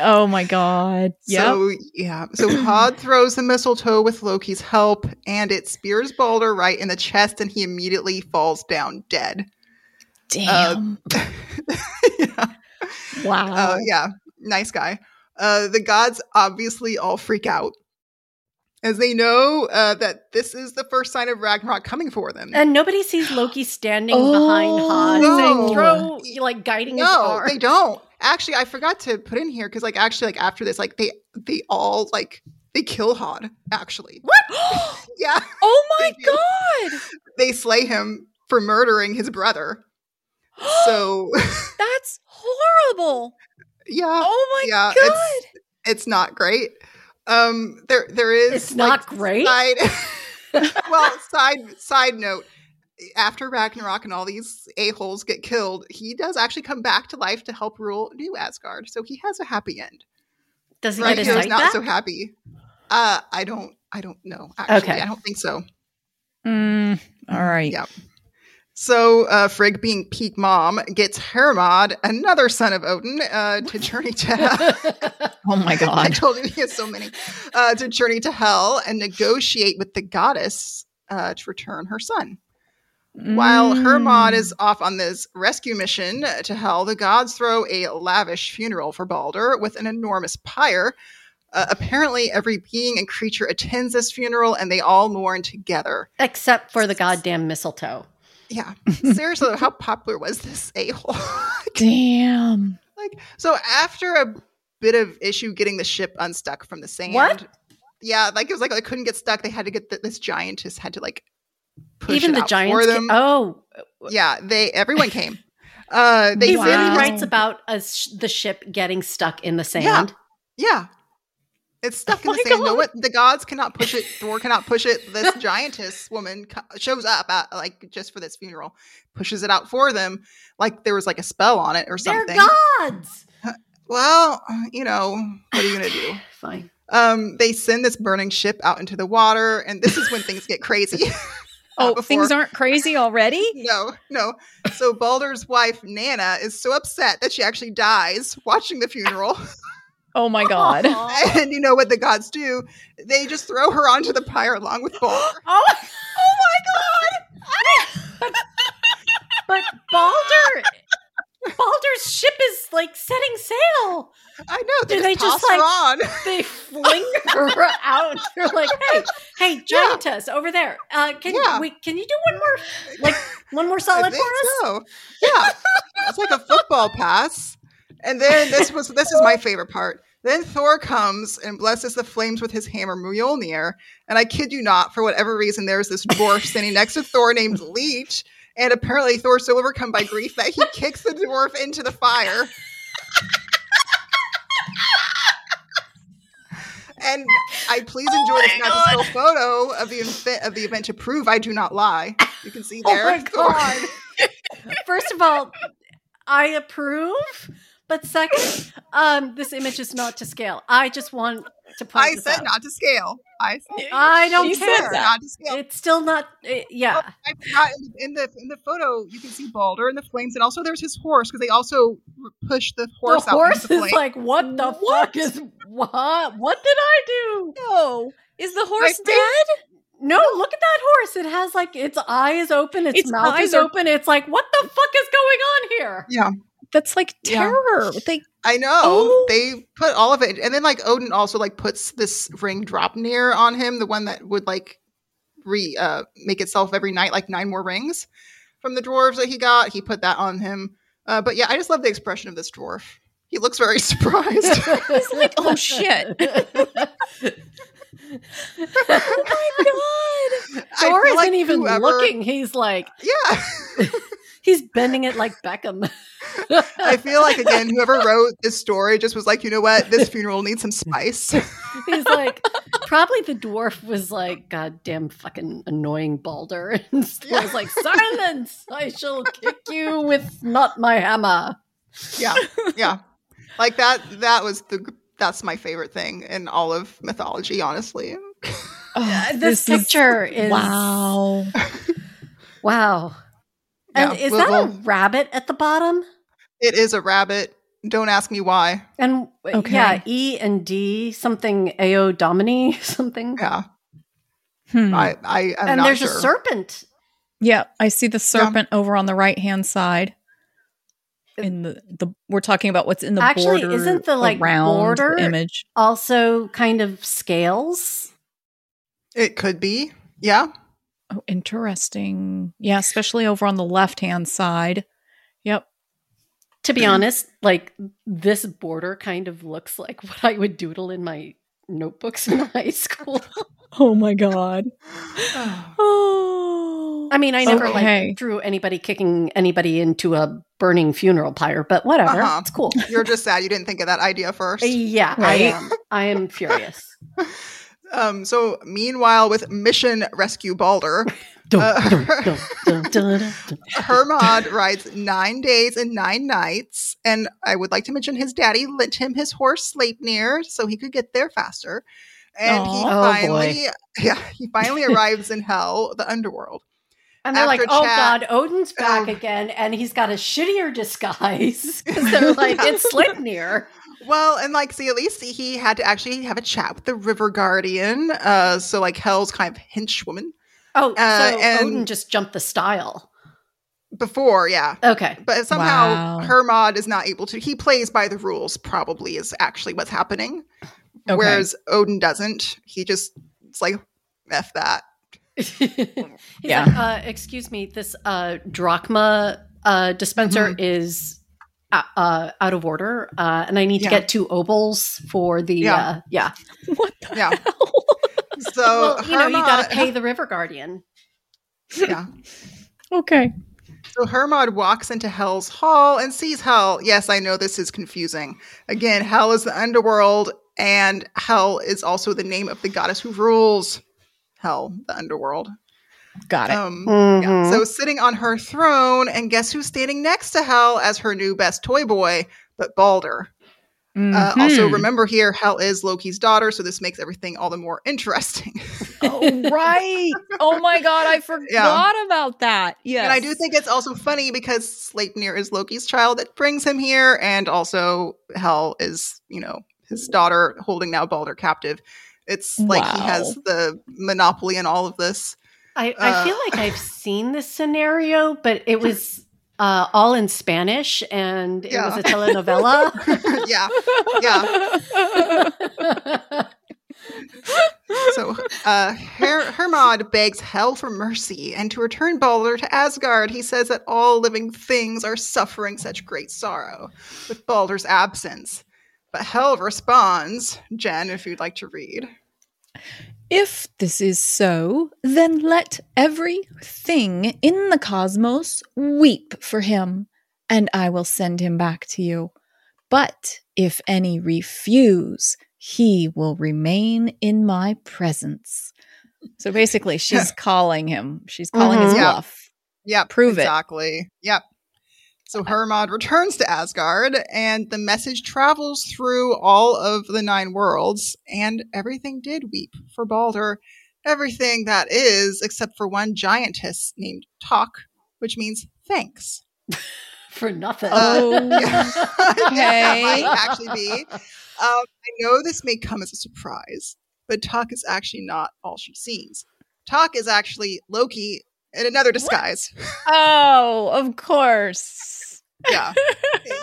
S3: Oh my god. Yeah.
S2: So yeah. So
S1: *clears throat*
S2: Hod throws the mistletoe with Loki's help, and it spears Balder right in the chest, and he immediately falls down dead.
S3: Damn.
S2: yeah.
S3: wow.
S1: Oh.
S2: Uh, yeah. Nice guy. Uh, the gods obviously all freak out. as they know uh, that this is the first sign of Ragnarok coming for them.
S1: And nobody sees Loki standing
S3: Oh,
S1: behind Hans
S2: no.
S1: and throw like guiding his
S2: no,
S1: arm.
S2: they don't. Actually, I forgot to put in here because, like, actually, like after this, like they they all like they kill Hod. Actually,
S3: What?
S2: yeah,
S3: *gasps*
S2: *laughs*
S3: oh my
S2: They do.
S3: god!
S2: they slay him for murdering his
S1: *gasps*
S2: brother. So
S3: *gasps* That's horrible.
S2: yeah,
S3: Oh my
S2: Uh, yeah,
S3: god.
S2: it's- it's not great. Um, there there is
S1: It's
S2: like,
S1: not great. *laughs*
S2: Side, *laughs* well, side side note. After Ragnarok and all these a-holes get killed, he does actually come back to life to help rule New Asgard. So he has a happy end.
S1: Does he
S2: Right
S1: get
S2: here
S1: his sight
S2: is not
S1: back?
S2: so happy. Uh, I don't I don't know actually.
S1: Okay.
S2: I don't think so.
S3: Mm, all right.
S2: Yeah. So uh, Frigg, being peak mom, gets Hermod, another son of Odin,
S1: *laughs*
S2: uh, to journey to *laughs*
S3: Oh *laughs* my
S2: I
S3: god.
S2: told you he has so many. Uh, to journey to hell and negotiate with the goddess uh, to return her son. While
S3: Mm,
S2: Hermod is off on this rescue mission uh, to hell, the gods throw a lavish funeral for Balder with an enormous pyre. Uh, apparently, every being and creature attends this funeral, and they all mourn together.
S1: Except for the goddamn mistletoe.
S2: Yeah, seriously, how popular was this a hole?
S3: Damn.
S2: So after a bit of issue getting the ship unstuck from the sand,
S1: What?
S2: Yeah, like it was like they couldn't get stuck. They had to get the, this giant just had to like push
S1: Even
S2: it
S1: the
S2: out for
S1: giants.
S2: them.
S1: Can, oh,
S2: Yeah, they everyone came. Uh, they
S1: he
S3: Wow.
S1: really
S2: really
S1: writes about a sh- the ship getting stuck in the sand.
S2: yeah. It's stuck
S3: Oh
S2: in the
S3: my
S2: sand. No,
S3: God.
S2: one, the gods cannot push it. Thor cannot push it. This
S1: *laughs*
S2: giantess woman co- shows up at, like just for this funeral, pushes it out for them. Like there was like a spell on it or something.
S1: They're gods.
S2: Well, you know what are you gonna do?
S1: Fine.
S2: um, they send this burning ship out into the water, and this is when things get
S1: *laughs*
S2: crazy. *laughs*
S3: Oh,
S2: before-
S3: things aren't crazy already?
S2: *laughs* no, no. So Balder's wife Nana is so upset that she actually dies watching the
S1: *laughs*
S2: funeral,
S3: Oh my god.
S2: *laughs*
S1: Aw.
S2: and you know what the gods do? They just throw her onto the pyre along with
S1: *gasps*
S2: Balder.
S3: Oh, oh
S1: but Balder, Balder's ship is like setting sail.
S2: I know they,
S1: Do
S2: just,
S1: they
S2: toss
S1: just,
S2: her
S1: like-
S2: on. *laughs*
S1: They fling her out. They're like, hey, hey, giantess over there. Uh, can
S2: Yeah.
S1: we? Can you do one more, like one more
S2: I
S1: solid for
S2: think
S1: us?
S2: so. Yeah, it's like a football pass. And then this was this is my favorite part. Then Thor comes and blesses the flames with his hammer Mjolnir. And I kid you not, for whatever reason, there's this
S1: *laughs*
S2: dwarf standing next to Thor named Leech. And apparently, Thor's so overcome by
S1: *laughs*
S2: grief that he kicks the dwarf into the fire. and I please enjoy this
S1: Oh my
S2: not still photo of the event of the event to prove I do not lie. You can see
S1: *laughs* Oh
S2: there.
S1: my
S2: Thor-
S1: god! First of all, I approve, but second, um, this image is not to scale. I just want to point.
S2: I
S1: this
S2: said
S1: out.
S2: not to scale. I said
S3: my god.
S1: *laughs* I don't
S3: She
S1: care.
S3: said that.
S2: not to scale.
S1: It's still not. uh, yeah.
S2: I forgot in the, in the in the photo you can see Balder and the flames, and also there's his horse because they also r- push the horse
S1: the
S2: out
S1: horse
S2: into the
S1: is
S2: flame.
S1: like, what the fuck is what? What did I do?
S3: No. Is the horse
S2: favorite-
S3: dead?
S1: No, look at that horse. It has like its eye is open, its,
S3: Its
S1: mouth
S3: eyes
S1: is
S3: are-
S1: open. It's like, what the fuck is going on here?
S3: That's like
S2: Yeah.
S3: terror. They
S2: I know
S3: Oh.
S2: they put all of it, and then like Odin also like puts this ring drop near on him, the one that would like re uh, make itself every night, like nine more rings from the dwarves that he got. He put that on him, uh, but yeah, I just love the expression of this dwarf. He looks
S1: *laughs*
S2: very *laughs* surprised.
S1: It's
S3: like, *laughs*
S1: *laughs*
S3: oh, shit. Oh my god.
S2: I
S1: Thor
S2: feel
S1: isn't
S2: like
S1: even
S2: whoever-
S1: looking. He's like,
S2: *laughs* Yeah.
S1: he's bending it like Beckham.
S2: I feel like again, whoever wrote this story just was like, you know what, this funeral needs
S1: *laughs*
S2: some spice.
S1: *laughs* he's like, probably the dwarf was like, goddamn fucking annoying Balder. *laughs* And Thor was like, silence! I shall kick you with not my hammer.
S2: yeah, yeah, like that. That was the that's my favorite thing in all of mythology, honestly.
S1: Uh, this, picture is,
S3: Oh, Wow.
S1: Wow. And
S2: Yeah,
S1: is
S2: we'll-
S1: that a
S2: we'll-
S1: rabbit at the bottom?
S2: It is a rabbit. Don't ask me why.
S1: And uh,
S3: Okay.
S1: yeah, E and D something AO Domini *laughs* something.
S2: Yeah,
S3: Hmm.
S2: I, I am
S1: and
S2: not
S1: there's
S2: sure.
S1: a serpent.
S3: yeah, I see the serpent over on the right hand side. In the, the we're talking about what's in the
S1: Actually,
S3: border.
S1: isn't the, like,
S3: around
S1: border-
S3: image?
S1: Also kind of scales.
S2: It could be.
S1: *sighs*
S2: Yeah.
S3: Oh, interesting. Yeah, especially over on the left hand side. Yep.
S1: To be honest, like this border kind of looks like *laughs* what I would doodle in my notebooks in *laughs* high school.
S3: Oh my God. *gasps*
S2: Oh,
S3: Oh.
S1: I mean, I never
S3: Okay.
S1: like drew anybody kicking anybody into a burning funeral pyre, but whatever.
S2: Uh-huh.
S1: It's cool.
S2: You're just sad you didn't think of that idea first.
S1: *laughs* Yeah, I
S3: Right.
S1: am. I am furious.
S2: Um, so meanwhile, with Mission Rescue Balder, Uh,
S1: *laughs* Dun,
S2: *laughs*
S1: dun, dun, dun, dun, dun.
S2: her
S1: *laughs*
S2: mod rides nine days and nine nights. And I would like to mention his daddy lent him his horse Sleipnir so he could get there faster. And he
S3: Aw.
S1: Oh, boy.
S2: finally, *laughs* yeah, he
S1: *laughs*
S2: finally arrives in Hell, the underworld.
S1: And they're like,
S2: After
S1: oh
S2: chat-
S1: God, Odin's back
S2: Oh.
S1: again, and he's got a shittier
S2: *laughs*
S1: disguise. *laughs* 'Cause they're like, it's Sleipnir.
S2: Well, and like, see, at least he had to actually have a chat with the River Guardian. Uh, so like Hell's kind of henchwoman
S1: Oh,
S2: Uh,
S1: so
S2: and-
S1: Odin just jumped the style.
S2: before, yeah.
S1: Okay.
S2: But somehow
S3: Wow.
S2: her mod is not able to. He plays by the rules, probably is actually what's happening.
S3: Okay.
S2: Whereas Odin doesn't. He just it's like f that.
S1: He's
S3: Yeah.
S1: like, uh, excuse me, this uh, drachma uh, dispenser
S2: Mm-hmm.
S1: is uh, uh, out of order, uh, and I need
S2: Yeah.
S1: to get two obols for the.
S2: Yeah.
S1: Uh, yeah.
S3: What
S1: *laughs*
S3: the
S2: Yeah.
S3: hell?
S2: So
S1: well, you know,
S2: her
S1: you
S2: mod,
S1: got to pay the river guardian.
S2: *laughs* yeah.
S3: Okay.
S2: So Hermod walks into Hell's Hall and sees Hell. Yes, I know this is confusing. Again, Hell is the underworld, and Hell is also the name of the goddess who rules Hell, the underworld.
S3: Got it.
S2: Um,
S1: Mm-hmm.
S3: Mm-hmm.
S2: Yeah. So sitting on her throne, and guess who's standing next to Hell as her new best toy boy, but Balder. Uh, also,
S3: Mhm.
S2: remember here, Hell is Loki's daughter, so this makes everything all the more *laughs* interesting.
S3: oh, right. Oh my
S2: *laughs*
S3: God. I forgot about that. Yes.
S2: And I do think it's also funny because Sleipnir is Loki's child that brings him here, and also Hel is, you know, his daughter holding now Balder captive. It's like he
S3: Wow.
S2: has the monopoly in all of this.
S1: I, I
S2: Uh,
S1: feel like
S2: *laughs*
S1: I've seen this scenario, but it was uh, all in Spanish and it was
S2: Yeah.
S1: a
S2: *laughs*
S1: telenovela.
S2: yeah, yeah.
S3: *laughs*
S2: so uh, Her- Hermod begs Hel for mercy and to return Balder to Asgard. He says that all living things are suffering such great sorrow with Balder's absence. But Hel responds, Jen, if you'd like to read.
S3: If this is so, then let everything in the cosmos weep for him, and I will send him back to you. But if any refuse, he will remain in my presence. So basically,
S1: *laughs*
S3: she's calling him. She's calling his
S1: Mhm.
S2: Yeah.
S3: bluff.
S2: Yep.
S3: Prove it.
S2: exactly. Yep. So Hermod returns to Asgard, and the message travels through all of the nine worlds, and everything did weep for Balder. Everything that is, except for one giantess named Tok, which means thanks.
S1: For nothing.
S2: *laughs*
S3: Oh,
S2: Uh, that
S3: Okay.
S2: might actually be. Um, I know this may come as a surprise, but Tok is actually not all she seems. Tok is actually Loki in another disguise.
S3: Oh, of course.
S2: Yeah.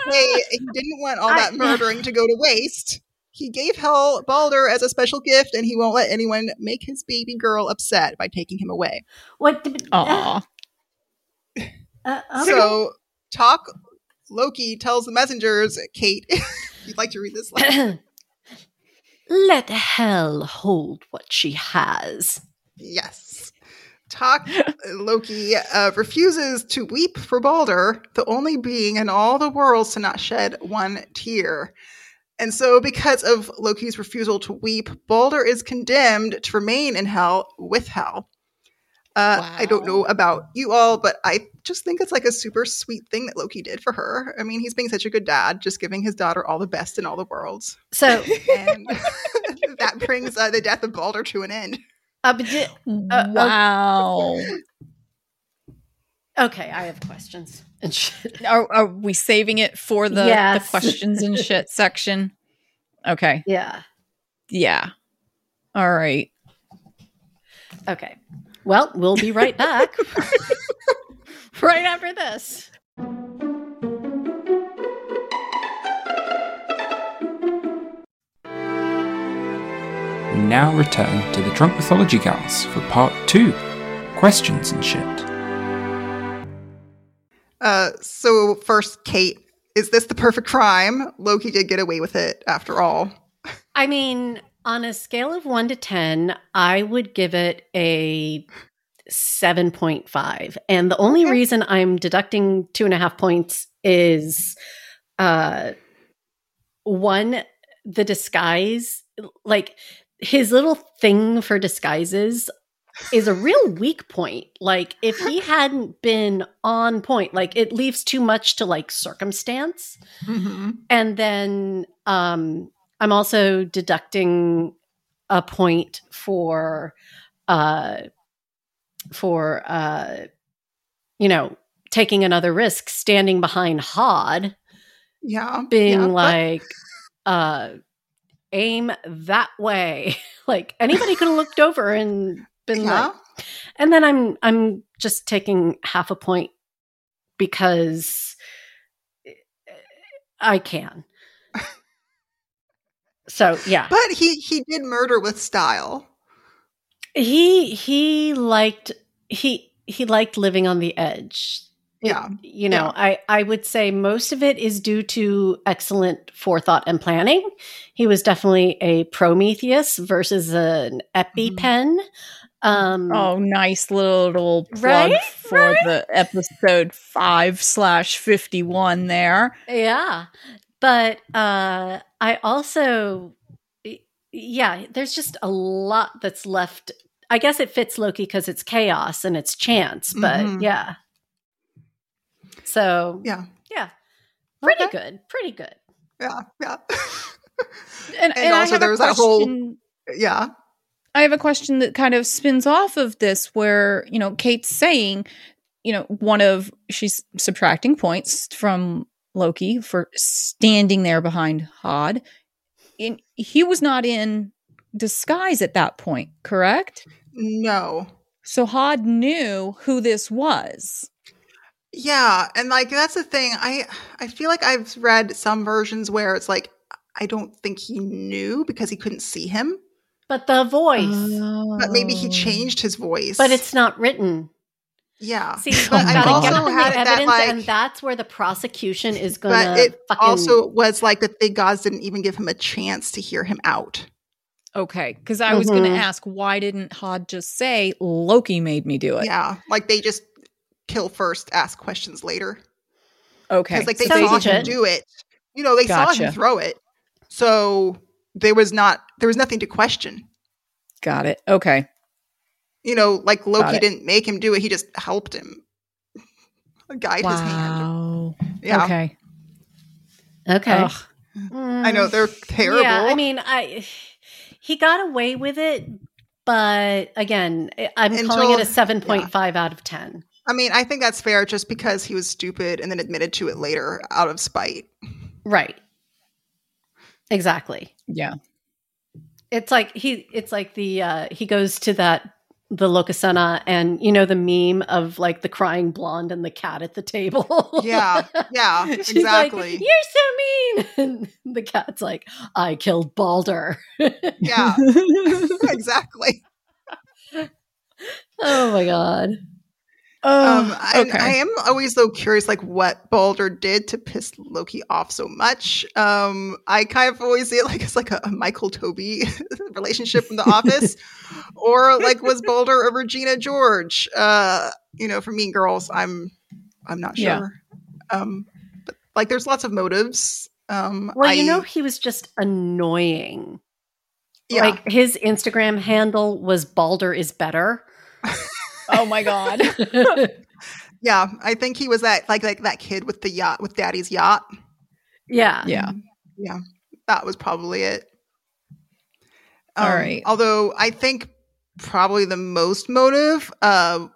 S2: they, he didn't want all
S1: I-
S2: that murdering to go to waste. He gave Hel Balder as a special gift, and he won't let anyone make his baby girl upset by taking him away.
S1: What? the-
S3: Aw.
S1: Uh, okay.
S2: So, talk. Loki tells the messengers, Kate, *laughs* you'd like to read
S1: *laughs* *coughs*
S2: this? Line?
S1: Let hell hold what she has.
S2: yes. Talk Loki uh, refuses to weep for Balder, the only being in all the worlds to not shed one tear. And so, because of Loki's refusal to weep, Balder is condemned to remain in hell with hell. Uh, I don't
S3: Wow.
S2: know about you all, but I just think it's like a super sweet thing that Loki did for her. I mean, he's being such a good dad, just giving his daughter all the best in all the worlds.
S1: So,
S2: And *laughs* that brings uh, the death of Balder to an end.
S1: uh, but di- *laughs* Uh, uh,
S3: wow.
S1: okay, I have questions and shit.
S3: Are, are we saving it for the, the
S1: Yes.
S3: questions and shit section? Okay.
S1: Yeah.
S3: Yeah. All right.
S1: Okay. Well, we'll be right back. right after this.
S4: we now return to the Drunk Mythology Gals for part two questions and shit.
S2: Uh, so first, Kate, is this the perfect crime? Loki did get away with it after all.
S1: I mean, on a scale of one to 10, I would give it a 7.5. And the only
S2: Okay.
S1: reason I'm deducting two and a half points is uh, one, the disguise, like his little thing for disguises is a real weak point. Like if he hadn't been on point, like it leaves too much to like circumstance. And then um, I'm also deducting a point for uh, for uh, you know taking another risk, standing behind Hod,
S2: Yeah,
S1: being
S2: yeah, but-
S1: like, uh, aim that way. *laughs* like anybody could have looked over and been
S2: yeah.
S1: like, and then I'm I'm just taking half a point because I can. So yeah,
S2: but he he did murder with style.
S1: he he liked he he liked living on the edge.
S2: Yeah,
S1: You know,
S2: Yeah.
S1: I I would say most of it is due to excellent forethought and planning. He was definitely a Prometheus versus an EpiPen. Um,
S3: Oh, nice little plug
S1: Right?
S3: for the episode five slash fifty one. There,
S1: Yeah. But uh I also y- yeah, there's just a lot that's left. I guess it fits Loki cuz it's chaos and it's chance, but
S2: Mhm.
S1: yeah. So,
S2: yeah,
S1: yeah. Pretty
S2: Okay.
S1: good. Pretty good.
S2: yeah, yeah, *laughs*
S3: and,
S2: And
S3: I
S2: also
S3: have
S2: there
S3: a
S2: was that whole-
S3: question-
S2: yeah.
S3: I have a question that kind of spins off of this, where you know Kate's saying, you know, one of she's subtracting points from Loki for standing there behind Hod, and he was not in disguise at that point, correct?
S2: No,
S3: So Hod knew who this was.
S2: Yeah, and like that's the thing. I I feel like I've read some versions where it's like I don't think he knew because he couldn't see him,
S1: But the voice,
S2: Uh, but maybe
S3: Oh.
S2: he changed his voice.
S1: Oh. but it's not written.
S2: yeah.
S1: See,
S3: But
S1: you've
S3: I've
S1: got to
S3: also
S1: get them
S2: had
S1: the
S2: it that,
S1: evidence,
S2: like-
S1: and that's where the prosecution is going
S2: But
S1: to
S2: it
S1: fucking
S2: also was like the big gods didn't even give him a chance to hear him out.
S3: Okay, because I was going
S2: Mm-hmm.
S1: Mhm.
S3: to ask why didn't Hod just say Loki made me do it?
S2: yeah, like they just kill first, ask questions later.
S3: Okay,
S2: Because like they
S1: so they
S2: saw him
S1: didn't.
S2: do it. You know, they saw him
S3: Gotcha.
S2: throw it. So there was not there was nothing to question.
S3: got it. Okay,
S2: you know, like Loki
S3: it.
S2: didn't make him do it; he just helped him, *laughs* guide his hand.
S3: wow.
S2: Yeah,
S3: Okay,
S1: Okay.
S3: Ugh.
S2: I know they're terrible.
S1: Yeah, I mean, I he got away with it, but again, I- I'm calling
S2: Until-
S1: it a 7.5 out of 10.
S2: I mean, I think that's fair, just because he was stupid and then admitted to it later out of spite.
S1: Right. Exactly.
S3: yeah.
S1: It's like he it's like the uh he goes to that the locusena and you know the meme of like the crying blonde and the cat at the table.
S2: *laughs* Yeah,
S1: *laughs*
S2: yeah,
S1: She's
S2: exactly.
S1: like, You're so mean. *laughs* And the cat's like, I killed Balder. *laughs*
S3: *laughs*
S2: yeah, *laughs* Um, exactly.
S1: oh my god. Oh,
S2: Um, I,
S3: Oh, okay.
S2: I am always though curious, like what Balder did to piss Loki off so much. Um, I kind of always see it like it's like a, a Michael Toby *laughs* relationship in The
S1: *laughs*
S2: Office, or like was Balder a Regina George? Uh, you know, for Mean Girls, I'm I'm not sure.
S3: Yeah.
S2: Um, but like there's lots of motives. Um,
S1: Well, you
S2: I-
S1: know he was just annoying.
S2: yeah,
S1: Like his Instagram handle was Balder is better.
S3: oh
S2: *laughs*
S3: my god.
S2: yeah. I think he was that like like that kid with the yacht with Daddy's yacht.
S1: yeah.
S3: yeah.
S2: that was probably it. Um,
S3: All right.
S2: Although I think probably the most motive uh,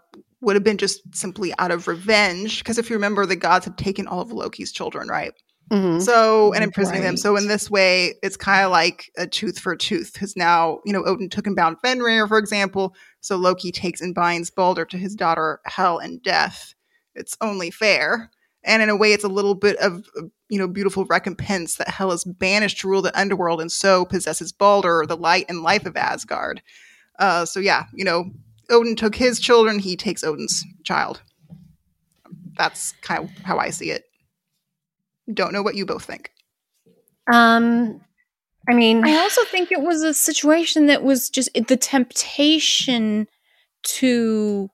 S2: would have been just simply out of revenge, because if you remember, the gods had taken all of Loki's children, right?
S1: Mhm.
S2: So and imprisoning them. So in
S3: Right.
S2: this way, it's kind of like a tooth for tooth, because now you know Odin took and bound Fenrir, for example. So Loki takes and binds Balder to his daughter Hel and Death. It's only fair. and in a way it's a little bit of uh, you know beautiful recompense that hel is banished to rule the underworld and so possesses balder the light and life of asgard uh, so yeah you know odin took his children he takes odin's child that's kind of how i see it don't know what you both think
S1: Um, I mean,
S3: I also think it was a situation that was just the temptation to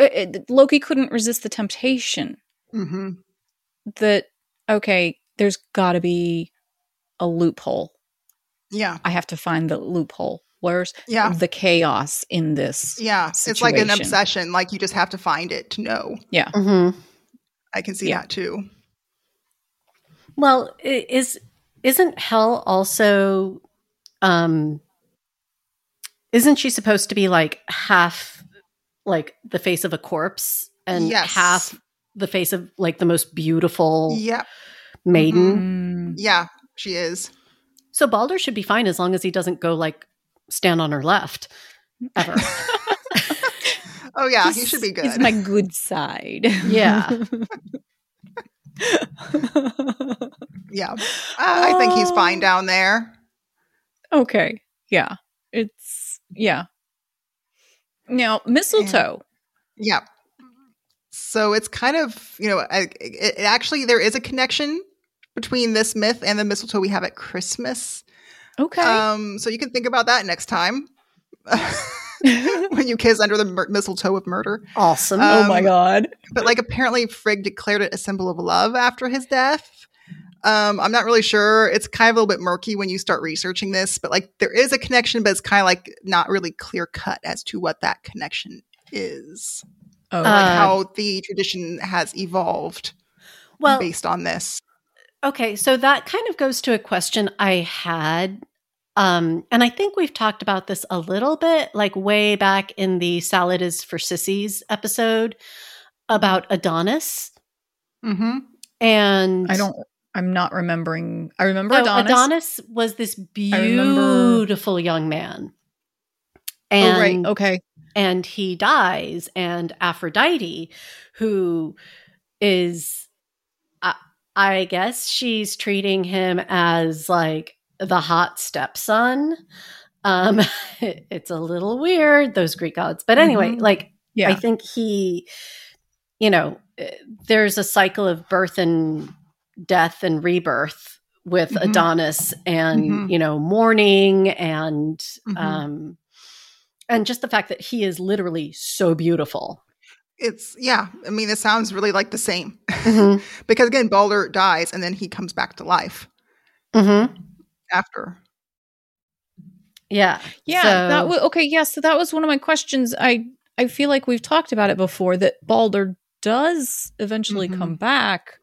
S3: uh, uh, Loki couldn't resist the temptation
S2: mm-hmm.
S3: that okay, there's got to be a loophole.
S2: yeah
S3: I have to find the loophole. Where's
S2: yeah
S3: the chaos in this?
S2: yeah it's like an
S3: Situation.
S2: obsession like you just have to find it to know
S1: mhm.
S2: i can see
S3: Yeah.
S2: that too
S1: well, i- is isn't Hell also? Um, isn't she supposed to be like half, like the face of a corpse, and
S2: Yes.
S1: half the face of like the most beautiful
S2: yeah Mm-hmm.
S1: maiden?
S3: Mm.
S2: yeah she is
S1: So Balder should be fine as long as he doesn't go like stand on her left ever.
S2: oh yeah he
S3: He's-
S2: should be good
S3: He's my good side.
S1: Yeah.
S2: yeah I i think he's
S3: Oh.
S2: fine down there
S3: *laughs* okay. Yeah. It's yeah. Now mistletoe.
S2: Yeah. So it's kind of, you know, I, it, it actually, there is a connection between this myth and the mistletoe we have at Christmas.
S3: Okay. *laughs*
S2: Um, so you can think about that next time *laughs* when you kiss under the mur- mistletoe of murder.
S1: awesome.
S2: Uh,
S5: oh my
S2: um,
S5: god.
S2: But like, apparently, Frigg declared it a symbol of love after his death. Um, I'm not really sure. It's kind of a little bit murky when you start researching this, but like, there is a connection, but it's kind of like not really clear cut as to what that connection is
S3: oh,
S2: like
S1: Uh,
S2: how the tradition has evolved
S1: well,
S2: based on this.
S1: Okay, so that kind of goes to a question I had. Um, and I think we've talked about this a little bit, like way back in the Salad is for Sissies episode about Adonis.
S2: Mm-hmm.
S1: And
S3: I don't. I'm not remembering. I remember
S1: so
S3: Adonis.
S1: Adonis. was this
S3: remember-
S1: beautiful young man.
S3: Oh
S1: And,
S3: right. Okay.
S1: and he dies, and Aphrodite, who is I, I guess she's treating him as like the hot stepson. Um *laughs* it's a little weird those Greek gods. But anyway,
S3: Mhm.
S1: like
S3: Yeah.
S1: I think he you know, eh, there's a cycle of birth and death and rebirth with
S2: Mhm.
S1: Adonis and
S2: Mhm.
S1: you know, mourning and
S2: Mhm.
S3: Mm-hmm.
S1: um and just the fact that he is literally so beautiful.
S2: It's yeah. I mean, it sounds really like the same *laughs* because again, Balder dies and then he comes back to life
S1: Mm-hmm.
S2: after.
S1: Yeah.
S3: yeah.
S1: so-
S3: That was okay. Yeah. So that was one of my questions. I I feel like we've talked about it before. That Balder does eventually
S2: Mhm.
S3: come back.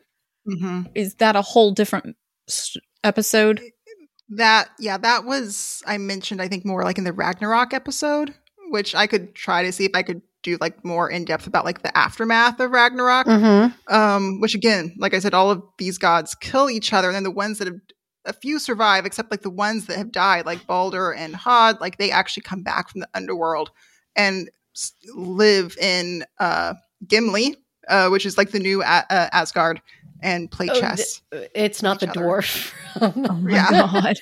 S2: Mm-hmm.
S3: Is that a whole different s-
S1: *laughs*
S3: episode?
S2: That yeah, that was I mentioned. I think more like in the Ragnarok episode, which I could try to see if I could do like more in depth about like the aftermath of Ragnarok.
S1: Mm-hmm.
S2: um, which again, like I said, all of these gods kill each other, and then the ones that have a few survive, except like the ones that have died, like Balder and Hod, like they actually come back from the underworld and s- live in uh, Gimli, uh, which is like the new a- uh, Asgard, and play
S1: Oh, d-
S2: chess.
S1: It's not the
S2: Each other.
S1: dwarf. *laughs*
S3: Oh my
S2: Yeah.
S3: god.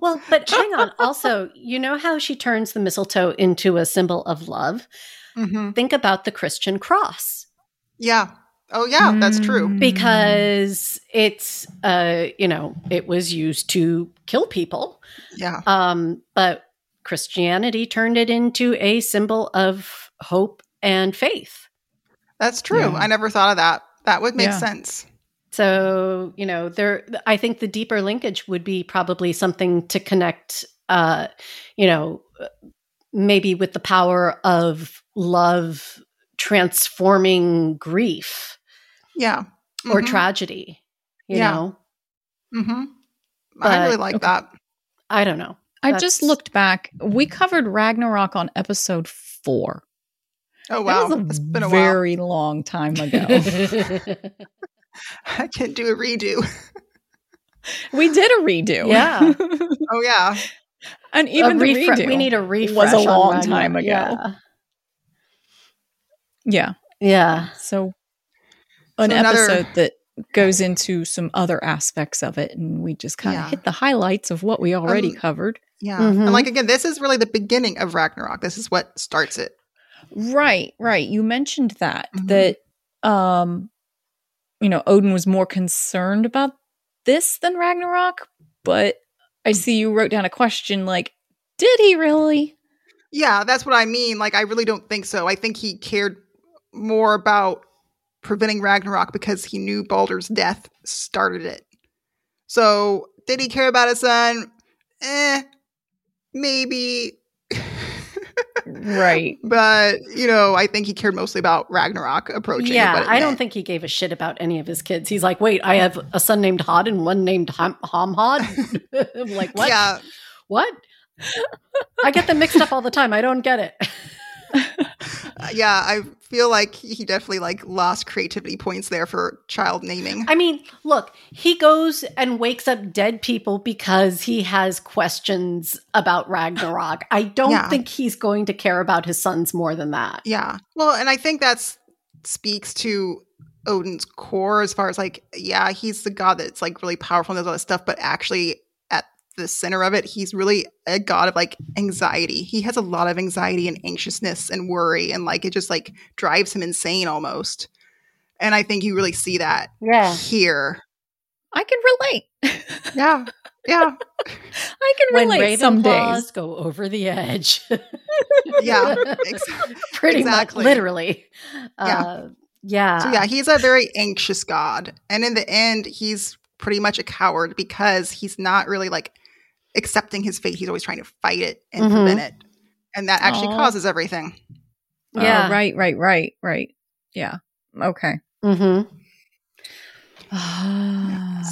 S1: well, but hang on. Also, you know how she turns the mistletoe into a symbol of love?
S2: hmm
S1: Think about the Christian cross
S2: Yeah. Oh yeah, that's true.
S3: Mm.
S1: because it's uh, you know, it was used to kill people.
S2: Yeah.
S1: Um, but Christianity turned it into a symbol of hope and faith.
S2: That's true.
S3: Yeah.
S2: I never thought of that. That would make
S3: Yeah.
S2: sense.
S1: So, you know, there I think the deeper linkage would be probably something to connect uh, you know, maybe with the power of love transforming grief
S2: Yeah.
S1: or
S3: Mm-hmm.
S2: Mhm.
S1: tragedy, you
S2: Yeah.
S1: know.
S2: Mhm.
S1: But-
S2: I really like
S3: Okay.
S2: that.
S1: I don't know.
S3: I
S1: That's-
S3: just looked back. We covered Ragnarok on episode four.
S2: Oh wow,
S3: that was
S2: it's
S3: a
S2: been a while.
S3: very long time
S1: *laughs*
S3: ago.
S2: *laughs* I can do a redo. *laughs*
S3: we did a redo.
S1: Yeah.
S2: Oh yeah.
S3: *laughs* and
S1: A
S3: *laughs* even the
S1: refre-
S3: redo.
S1: we need a refresh
S3: was a
S1: on
S3: long
S1: Ragnarok.
S3: time ago.
S1: Yeah.
S3: yeah.
S1: Yeah.
S3: So an
S2: So another-
S3: episode that goes into some other aspects of it, and we just kind of
S2: Yeah.
S3: hit the highlights of what we already
S2: Um,
S3: covered.
S2: Yeah.
S3: Mm-hmm.
S1: Mhm.
S2: And like again, this is really the beginning of Ragnarok. This is what starts it.
S3: Right, right. You mentioned that
S2: Mhm.
S3: that um you know, Odin was more concerned about this than Ragnarok, but I see you wrote down a question like did he really?
S2: Yeah, that's what I mean. Like I really don't think so. I think he cared more about preventing Ragnarok because he knew Baldur's death started it. So did he care about his son? Eh, maybe.
S3: Right.
S2: But you know, I think he cared mostly about Ragnarok approaching. and what
S1: Yeah,
S2: it
S1: I don't
S2: meant.
S1: think he gave a shit about any of his kids. He's like, wait, I have a son named Hod and one named Ham, Ham Hod. *laughs* I'm like, what?
S2: Yeah,
S1: What? I get them mixed up all the time. I don't get it. *laughs*
S2: uh, yeah. I feel like he definitely like lost creativity points there for child naming.
S1: I mean, look, he goes and wakes up dead people because he has questions about Ragnarok. I don't
S2: Yeah.
S1: think he's going to care about his sons more than that.
S2: Yeah. Well, and I think that's speaks to Odin's core as far as like, yeah, he's the god that's like really powerful and does all this stuff, but actually at the center of it, he's really a god of like anxiety. He has a lot of anxiety and anxiousness and worry and like it just like drives him insane almost. And I think you really see that
S1: Yeah.
S2: here.
S3: I can relate. *laughs*
S2: Yeah. Yeah.
S3: I can
S1: When
S3: relate some days.
S1: Ravenclaws go over the edge. *laughs*
S2: Yeah. Ex-
S1: Pretty
S2: Exactly.
S1: much, literally.
S2: Yeah.
S1: Uh, yeah.
S2: So yeah, he's a very anxious god. And in the end, he's pretty much a coward because he's not really like accepting his fate. He's always trying to fight it and
S1: Mhm.
S2: prevent it. And that actually
S3: Aw.
S2: causes everything.
S3: Oh,
S1: Yeah.
S3: right, right, right, right. Yeah. *sighs* Okay.
S1: Mm-hmm.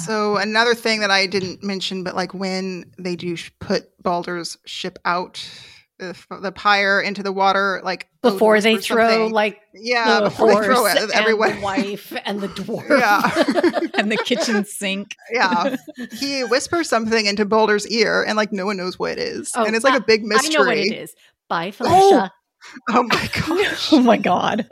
S2: So another thing that I didn't mention, but like when they do sh- put Baldur's ship out the, f- the pyre into the water, like
S1: Before
S2: Odin's
S1: they
S2: or
S1: throw
S2: something.
S1: like
S2: yeah,
S1: the
S2: before
S1: horse
S2: they throw
S1: and
S2: it everywhere, *laughs*
S1: the wife *laughs* and the dwarf.
S2: Yeah.
S3: and the kitchen sink.
S1: *laughs*
S2: yeah, he whispers something into Baldur's ear, and like no one knows what it is,
S1: Oh,
S2: and it's like a big mystery.
S1: I know what it is. Bye, Felicia.
S2: *laughs* *laughs* Oh my gosh.
S6: Oh my god.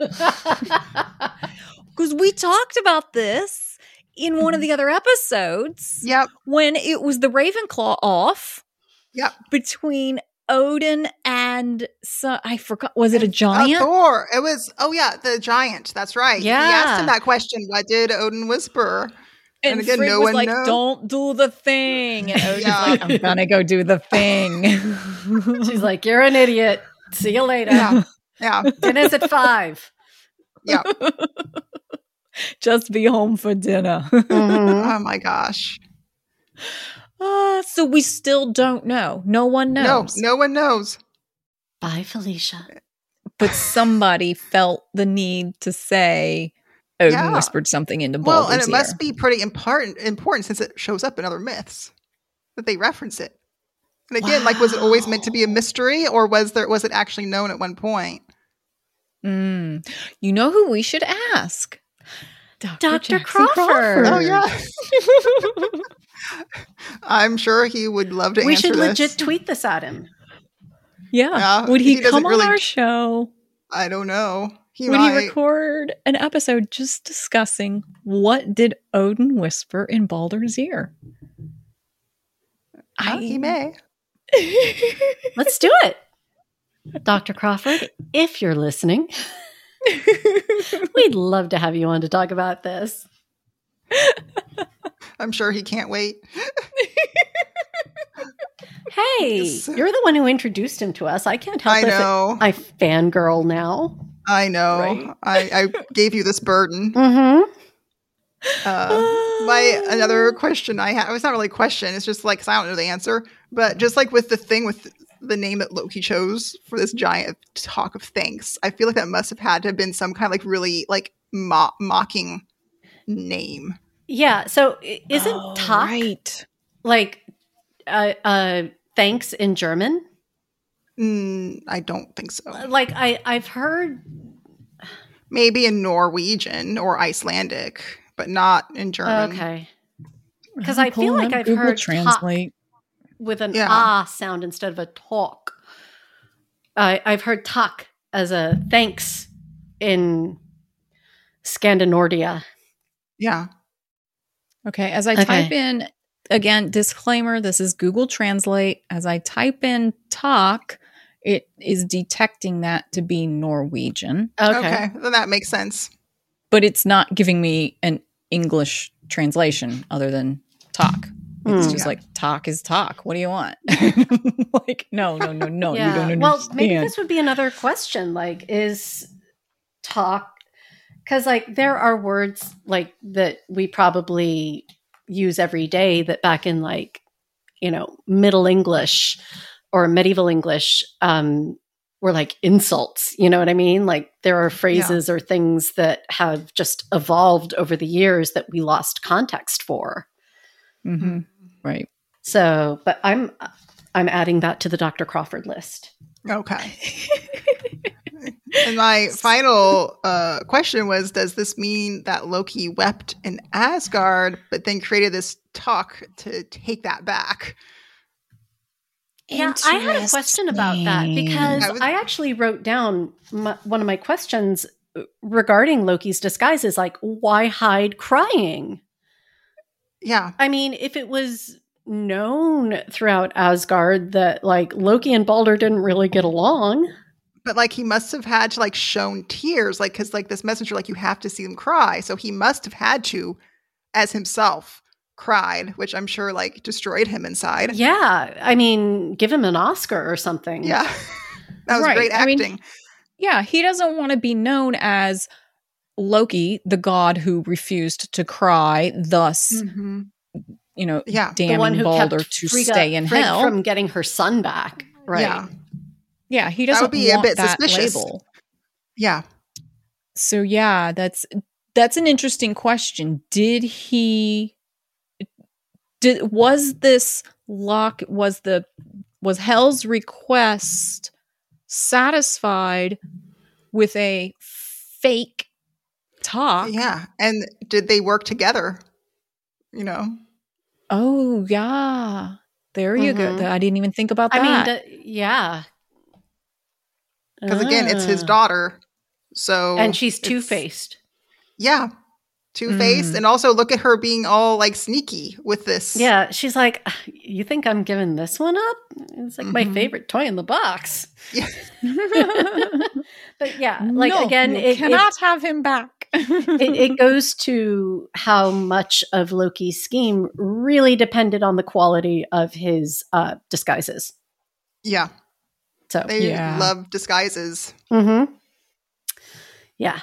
S3: Because we talked about this in one of the other episodes
S2: Mm-hmm. Yep.
S3: when it was the Ravenclaw off.
S2: Yep.
S3: Between Odin and so I forgot was it a
S2: Uh,
S3: giant?
S2: Thor. It was oh yeah, the giant. That's right. He asked
S1: Yeah.
S2: him that question. What did Odin whisper? and again,
S3: Frigg
S2: no
S3: was
S2: one
S3: like,
S2: knows.
S3: "Don't do the thing." And Odin's
S2: Yeah.
S3: like, "I'm gonna go do the thing."
S1: *laughs*
S3: *laughs*
S1: She's like, "You're an idiot. See you later.
S2: Yeah. Yeah.
S1: *laughs* Dinner's at five.
S6: Just be home for dinner.
S2: oh my gosh.
S3: *laughs* Ah, so we still don't know. No one
S2: No,
S3: knows.
S2: no one knows.
S1: Bye, Felicia.
S3: But somebody felt the need to say Odin
S2: Yeah.
S3: whispered something into Baldur's
S2: Well, and it
S3: ear.
S2: must be pretty important important since it shows up in other myths that they reference it. And again, like was it always meant to be a mystery or was there was it actually known at one point?
S3: Mm. You know who we should ask?
S1: Dr.
S3: Jackson
S1: Crawford.
S2: Oh yeah. *laughs* I'm sure he would love to
S1: we
S2: answer
S1: should
S2: this.
S1: legit tweet this at him.
S3: Yeah.
S2: Yeah,
S3: Would he,
S2: he doesn't
S3: come on
S2: really-
S3: our show?
S2: I don't know. He
S3: Would
S2: might.
S3: he record an episode just discussing what did Odin whisper in Baldur's ear?
S2: Uh, he may.
S1: Let's do it. Dr. Crawford, if you're
S2: *laughs*
S1: listening, we'd love to have you on to talk about this.
S2: I'm sure he can't wait.
S1: Hey,
S2: Yes.
S1: you're the one who introduced him to us. I can't help
S2: I
S1: it. if it-
S2: know.
S1: I fangirl now.
S2: I know.
S3: Right?
S2: I, I gave you this
S1: *laughs*
S2: burden.
S1: Mm-hmm.
S2: Uh, my another question I have. It's not really a question. It's just like 'cause I don't know the answer, but just like with the thing with the name that Loki chose for this giant talk of thanks, I feel like that must have had to have been some kind of like really like mo- mocking name.
S1: Yeah. So i- *gasps* isn't
S3: Oh,
S1: talk
S3: right?
S1: like uh, uh, thanks in German?
S2: Mm, I don't think so.
S1: Like I, I've heard
S2: Maybe in Norwegian or Icelandic, but not in German.
S1: Okay. Because I feel
S3: Hold
S1: like
S3: on,
S1: I've
S3: Google
S1: heard
S3: translate.
S1: talk with an
S2: Yeah.
S1: ah sound instead of a talk. I, I've heard talk as a thanks in Scandinordia.
S2: Yeah.
S3: Okay. As I
S1: Okay.
S3: type in, again, disclaimer this is Google Translate. As I type in talk, it is detecting that to be Norwegian,
S1: Okay.
S2: Okay. Then that makes sense.
S3: but it's not giving me an English translation other than talk. It's
S1: Hmm.
S3: just
S2: Yeah.
S3: like talk is talk. What do you want? *laughs* like, no, no, no, no. Oh, You don't understand.
S1: Well, maybe this would be another question. Like, is talk because like there are words like that we probably use every day that back in like you know middle English or medieval English um, were like insults. You know what I mean? Like there are phrases or things that have just evolved over the years that we lost context for.
S3: Mhm. Right.
S1: So, but I'm I'm adding that to the Dr. Crawford list.
S2: Okay.
S3: *laughs*
S2: and my final uh, question was Does this mean that Loki wept in Asgard, but then created this talk to take that back?
S1: Yeah, I had a question about that
S3: Interesting.
S1: because
S2: I was-
S1: I actually wrote down my, one of my questions uh, regarding Loki's disguises like why hide crying?
S2: Yeah.
S1: I mean, if it was known throughout Asgard that like Loki and Balder didn't really get along,
S2: But like he must have had to like shown tears, like, because like this messenger, like you have to see them cry. So he must have had to, as himself, cried, which I'm sure like destroyed him inside.
S1: yeah, I mean, give him an Oscar or something.
S2: Yeah. *laughs* that was
S3: Right.
S2: great
S3: I mean,
S2: acting.
S3: Yeah, he doesn't want to be known as Loki, the god who refused to cry, thus,
S1: Hmm.
S2: Mhm.
S3: you know,
S2: Yeah.
S1: The one
S3: damning
S1: who
S3: Balder
S1: kept
S3: to
S1: Frigga-
S3: stay in
S1: Frigg
S3: hell.
S1: from getting her son back, right?
S2: Yeah.
S3: yeah, he
S2: That
S3: doesn't
S2: would be a
S3: want
S2: bit
S3: that
S2: suspicious.
S3: label.
S2: Yeah.
S3: So yeah, that's that's an interesting question. Did he did was this lock was the was Hell's request satisfied with a fake talk?
S2: Yeah. And did they work together? You know?
S3: Oh yeah, there you go.
S1: Mhm.
S3: Th- I didn't even think about that.
S1: I mean, d- yeah.
S2: Because again, it's his
S1: Ah.
S2: daughter. So
S1: and she's
S2: it's-
S1: two faced.
S2: Yeah. Two faced.
S3: Mm.
S2: And also look at her being all like sneaky with this.
S1: Yeah, she's like, "You think I'm giving this one up? It's like my
S2: Mhm.
S1: favorite toy in the box."
S2: Yeah.
S3: *laughs*
S1: but yeah, *laughs* like
S3: No,
S1: again,
S3: you
S1: it,
S3: cannot have him back.
S1: it, *laughs* it, it goes to how much of Loki's scheme really depended on the quality of his uh, disguises.
S2: Yeah.
S1: So,
S2: They
S3: Yeah.
S2: love disguises.
S1: Mhm. yeah,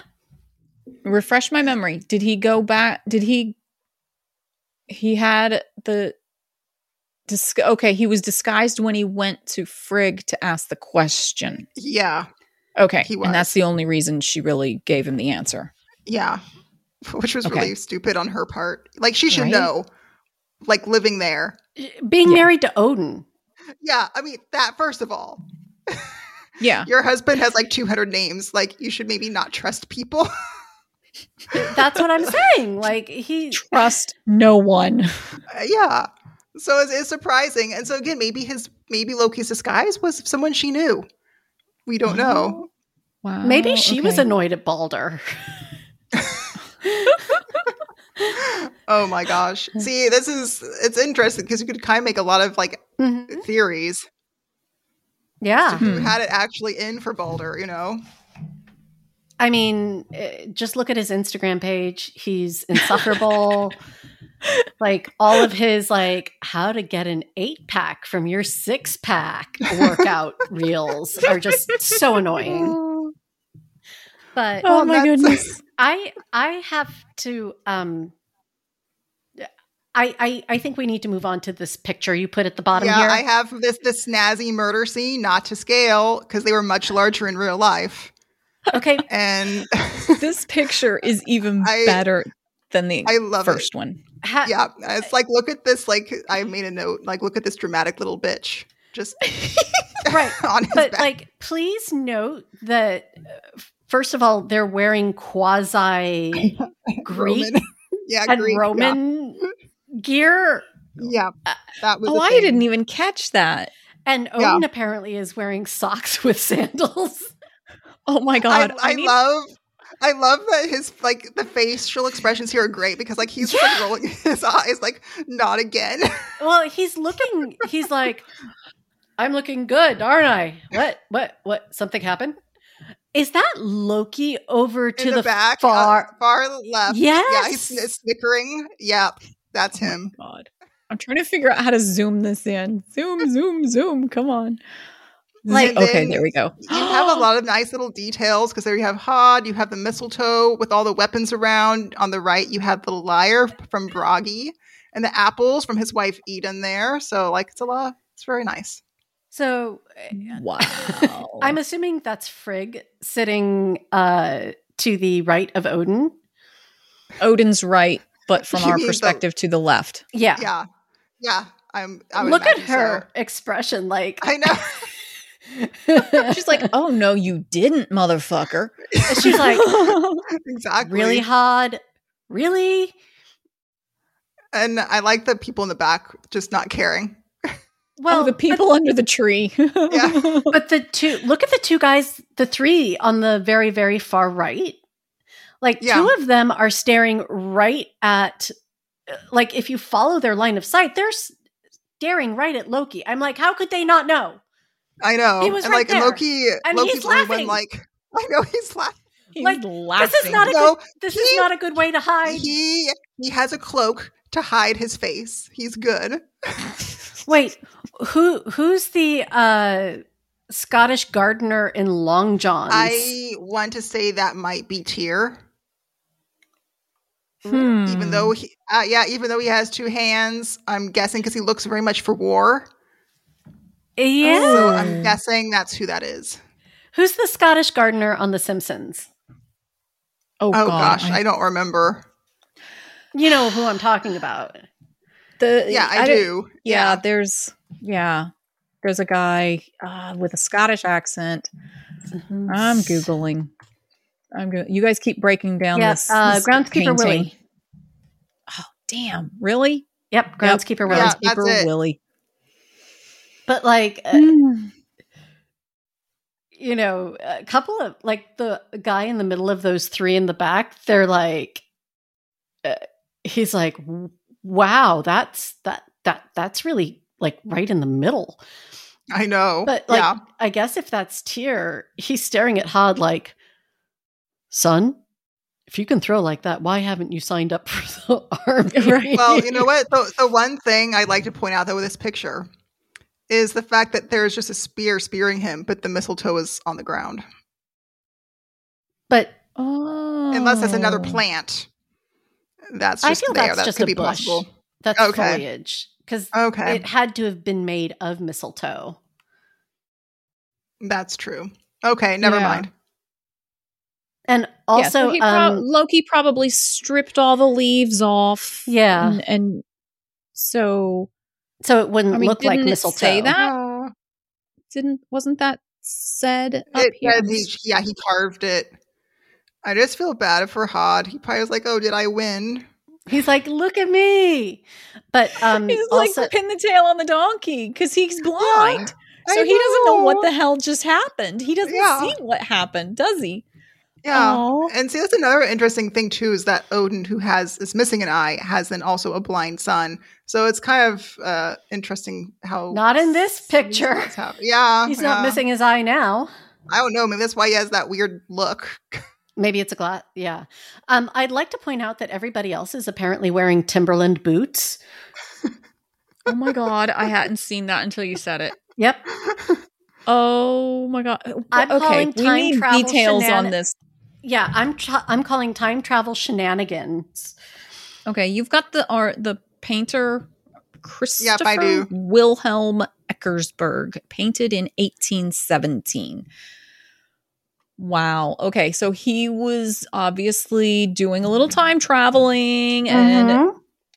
S3: Refresh my memory. Did he go back? Did he? He had the. Dis- okay, he was disguised when he went to Frigg to ask the question.
S2: Yeah.
S3: Okay,
S2: He
S3: and that's
S2: was.
S3: the only reason she really gave him the answer.
S2: Yeah. *laughs* Which was
S3: Okay.
S2: really stupid on her part. Like she should
S3: Right?
S2: know. Like living there.
S1: being
S3: Yeah.
S1: married to Odin.
S2: Yeah. I mean, that first of all. *laughs*
S3: Yeah,
S2: Your husband has like 200 names. Like, you should maybe not trust people.
S1: That's what I'm saying. Like he,
S3: trust no one.
S2: Uh, yeah. So it's, it's surprising. And so again, maybe his maybe Loki's disguise was someone she knew. We don't know.
S3: Wow,
S1: maybe she was
S3: okay.
S1: annoyed at Balder. Mm-hmm.
S2: *laughs* Oh
S1: *laughs*
S2: my gosh. See, this is it's interesting because you could kind of make a lot of like
S1: Mhm.
S2: theories.
S1: Yeah,
S2: Who
S3: Hmm.
S2: had it actually in for Balder, you know?
S1: I mean, eh, just look at his Instagram page. He's
S2: *laughs*
S1: insufferable. like all of his like how to get an 8 pack from your 6 pack
S2: *laughs*
S1: workout reels are just so annoying. But
S2: Well,
S3: Oh my
S2: that's- *laughs*
S3: goodness.
S1: I I have to um I, I I think we need to move on to this picture you put at the bottom
S2: yeah,
S1: here.
S2: I *laughs* have this this snazzy murder scene, not to scale, because they were much larger in real life.
S1: okay.
S2: And *laughs*
S3: this picture is even
S2: I-
S3: better than the
S2: I love it.
S3: first one.
S1: Ha-
S2: yeah it's like look at this like i made a note like look at this dramatic little bitch just
S1: *laughs* Right.
S2: *laughs* on his
S1: but
S2: back
S1: like please note that uh, first of all they're wearing quasi greek
S2: Roman. *laughs* yeah
S1: and
S2: Greek, yeah.
S1: roman gear
S2: yeah, that was
S3: Oh,
S2: a
S3: I
S2: thing.
S3: didn't even catch that.
S1: and
S2: Yeah.
S1: odin apparently is wearing socks with sandals *laughs*
S3: Oh my god!
S2: I, I
S3: need-
S2: love I love that his like the facial expressions here are great because like he's just, like rolling *laughs* his eyes like not again. *laughs*
S1: Well, he's looking. He's like, I'm looking good, aren't I? What? What? What? Something happened? Is that Loki over to
S2: In
S1: the,
S2: the, back, uh,
S1: far?
S2: far left. Yeah, he's
S1: Yes.
S2: sn- snickering. Yep, that's him.
S3: God. I'm trying to figure out how to zoom this in. Zoom, zoom, zoom. Come on.
S1: Like-
S3: Zoom. okay, there we go.
S1: *gasps*
S2: You have a
S3: *gasps*
S2: lot of nice little details because there you have Hod, you have the mistletoe with all the weapons around. On the right, you have the lyre from Bragi and the apples from his wife Eden there. So, like, it's a lot. It's very nice.
S1: So
S3: Wow.
S2: *laughs*
S1: I'm assuming that's Frigg sitting uh, to the right of Odin.
S3: Odin's right,
S2: *laughs*
S3: but from
S2: You
S3: our
S2: mean the-
S3: perspective to the left.
S1: Yeah.
S2: Yeah. Yeah. I'm, I would
S1: Look at
S2: imagine so.
S1: her expression, like
S2: *laughs* I know. *laughs*
S3: She's like, oh no, you didn't, motherfucker.
S1: *laughs* she's
S2: *laughs*
S1: like
S2: exactly.
S1: really hard, really.
S2: And I like the people in the back just not caring.
S1: Well,
S3: oh, the people *laughs* under the tree.
S2: Yeah.
S1: but, but the two look at the two guys, the three on the very very far right. Like
S2: Yeah.
S1: two of them are staring right at, uh, like if you follow their line of sight, they're staring right at Loki. I'm like, how could they not know?
S2: I know.
S1: He was
S2: and
S1: right
S2: like
S1: there.
S2: And Loki,
S1: And
S2: Loki's
S1: he's
S2: the only
S1: laughing.
S2: one like, *laughs* I know he's laughing.
S3: *laughs* He's
S1: Like,
S3: laughing.
S1: This is not a
S2: No,
S1: good, this
S2: he-
S1: is not a good way to hide.
S2: He he has a cloak to hide his face. He's good.
S1: Wait, who who's the uh Scottish gardener in Long John's?
S2: I want to say that might be Tyr,
S3: Hmm.
S2: even though he, uh, yeah, even though he has two hands, I'm guessing because he looks very much for war.
S1: yeah.
S2: So
S3: Oh.
S1: Hmm.
S2: I'm guessing that's who that is.
S1: Who's the Scottish gardener on The Simpsons?
S3: oh,
S2: Oh,
S3: God,
S2: gosh, I, don't remember.
S1: You know who I'm talking about.
S3: the,
S2: Yeah, I,
S3: don't-
S2: do.
S3: Yeah, there's yeah, there's a guy uh, with a Scottish accent. I'm googling. I'm go- you guys keep breaking down
S1: Yeah,
S3: this,
S1: uh,
S3: this
S1: groundskeeper
S3: painting.
S1: Willie.
S3: Oh damn! Really?
S1: Yep, groundskeeper Willie.
S2: Yeah. that's
S3: Groundskeeper
S2: it.
S3: Willie.
S1: But like, uh,
S3: Mm.
S1: you know, a couple of like the guy in the middle of those three in the back, they're like, uh, he's like, wow, that's that that that's really like right in the middle.
S2: I know.
S1: But like,
S2: Oh, yeah,
S1: I guess if that's Tyr, he's staring at Hod like, son, if you can throw like that, why haven't you signed up *laughs* for the army?
S3: Right.
S2: well, you know
S3: *laughs*
S2: what? The, the one thing I'd like to point out, though, with this picture is the fact that there's just a spear spearing him, but the mistletoe is on the ground.
S1: But
S3: Oh,
S2: Unless that's another plant. That's
S1: I
S2: just
S1: feel
S2: there.
S1: that's
S2: that
S1: just
S2: could
S1: a
S2: be
S1: bush.
S2: possible.
S1: that's
S2: Okay.
S1: foliage because
S2: Okay,
S1: it had to have been made of mistletoe.
S2: that's true. Okay, never
S3: Yeah.
S2: mind.
S1: And
S3: Yeah, so
S1: also,
S3: he
S1: yeah,
S3: prob-
S1: um,
S3: Loki probably stripped all the leaves off.
S1: Yeah.
S3: and, and so
S1: so it wouldn't
S3: I mean,
S1: look like
S3: didn't it
S1: mistletoe.
S3: say that?
S2: Oh.
S3: didn't wasn't that said up
S2: It
S3: here?
S2: says he- yeah, he carved it. I just feel bad for Hod. He probably was like, "Oh, did I win?"
S1: He's like, look at me.
S3: *laughs*
S1: But um,
S3: He's
S1: also,
S3: like pin the tail on the donkey because he's blind.
S2: I
S3: so he doesn't know what
S2: know.
S3: the hell just happened. He doesn't
S2: Yeah.
S3: see what happened, does he?
S2: Yeah.
S3: Aw.
S2: And see, that's another interesting thing too is that Odin, who has is missing an eye, has then also a blind son. So it's kind of uh, interesting how
S1: not in
S3: *laughs*
S1: this picture.
S2: that's how-
S1: *laughs*
S2: yeah,
S1: He's not
S2: yeah.
S1: missing his eye now.
S2: I don't know. Maybe that's why he has that weird look. *laughs*
S1: Maybe it's a glass. Yeah. Um, I'd like to point out that everybody else is apparently wearing Timberland boots.
S3: Oh my god, I hadn't seen that until you said it.
S1: Yep.
S3: Oh my god.
S1: I'm
S3: okay,
S1: calling
S3: we
S1: time
S3: need
S1: travel
S3: details on
S1: shenan-
S3: this.
S1: Yeah. I'm tra- I'm calling time travel shenanigans.
S3: Okay, you've got the art the painter
S2: Yep,
S3: Christopher
S2: I do.
S3: Wilhelm Eckersberg painted in 1817. Wow. Okay, so he was obviously doing a little time traveling and
S1: Mhm.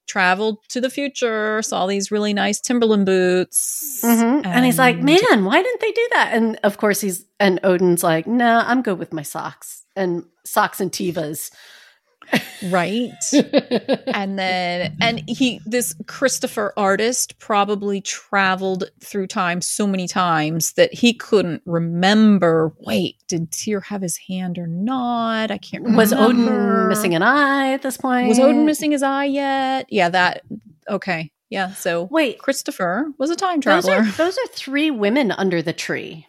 S3: traveled to the future, saw these really nice Timberland boots.
S1: Mhm. And, he's like, man, why didn't they do that? And of course, he's and Odin's like, no, nah, I'm good with my socks and socks and tivas.
S3: right? and then and he this Christopher artist probably traveled through time so many times that he couldn't remember. Wait, did Tyr have his hand or not? I can't remember.
S1: Was Odin missing an eye at this point?
S3: Was Odin missing his eye yet? Yeah, that okay. Yeah, so
S1: Wait,
S3: Christopher was a time
S1: those
S3: traveler.
S1: are, those are three women under the tree.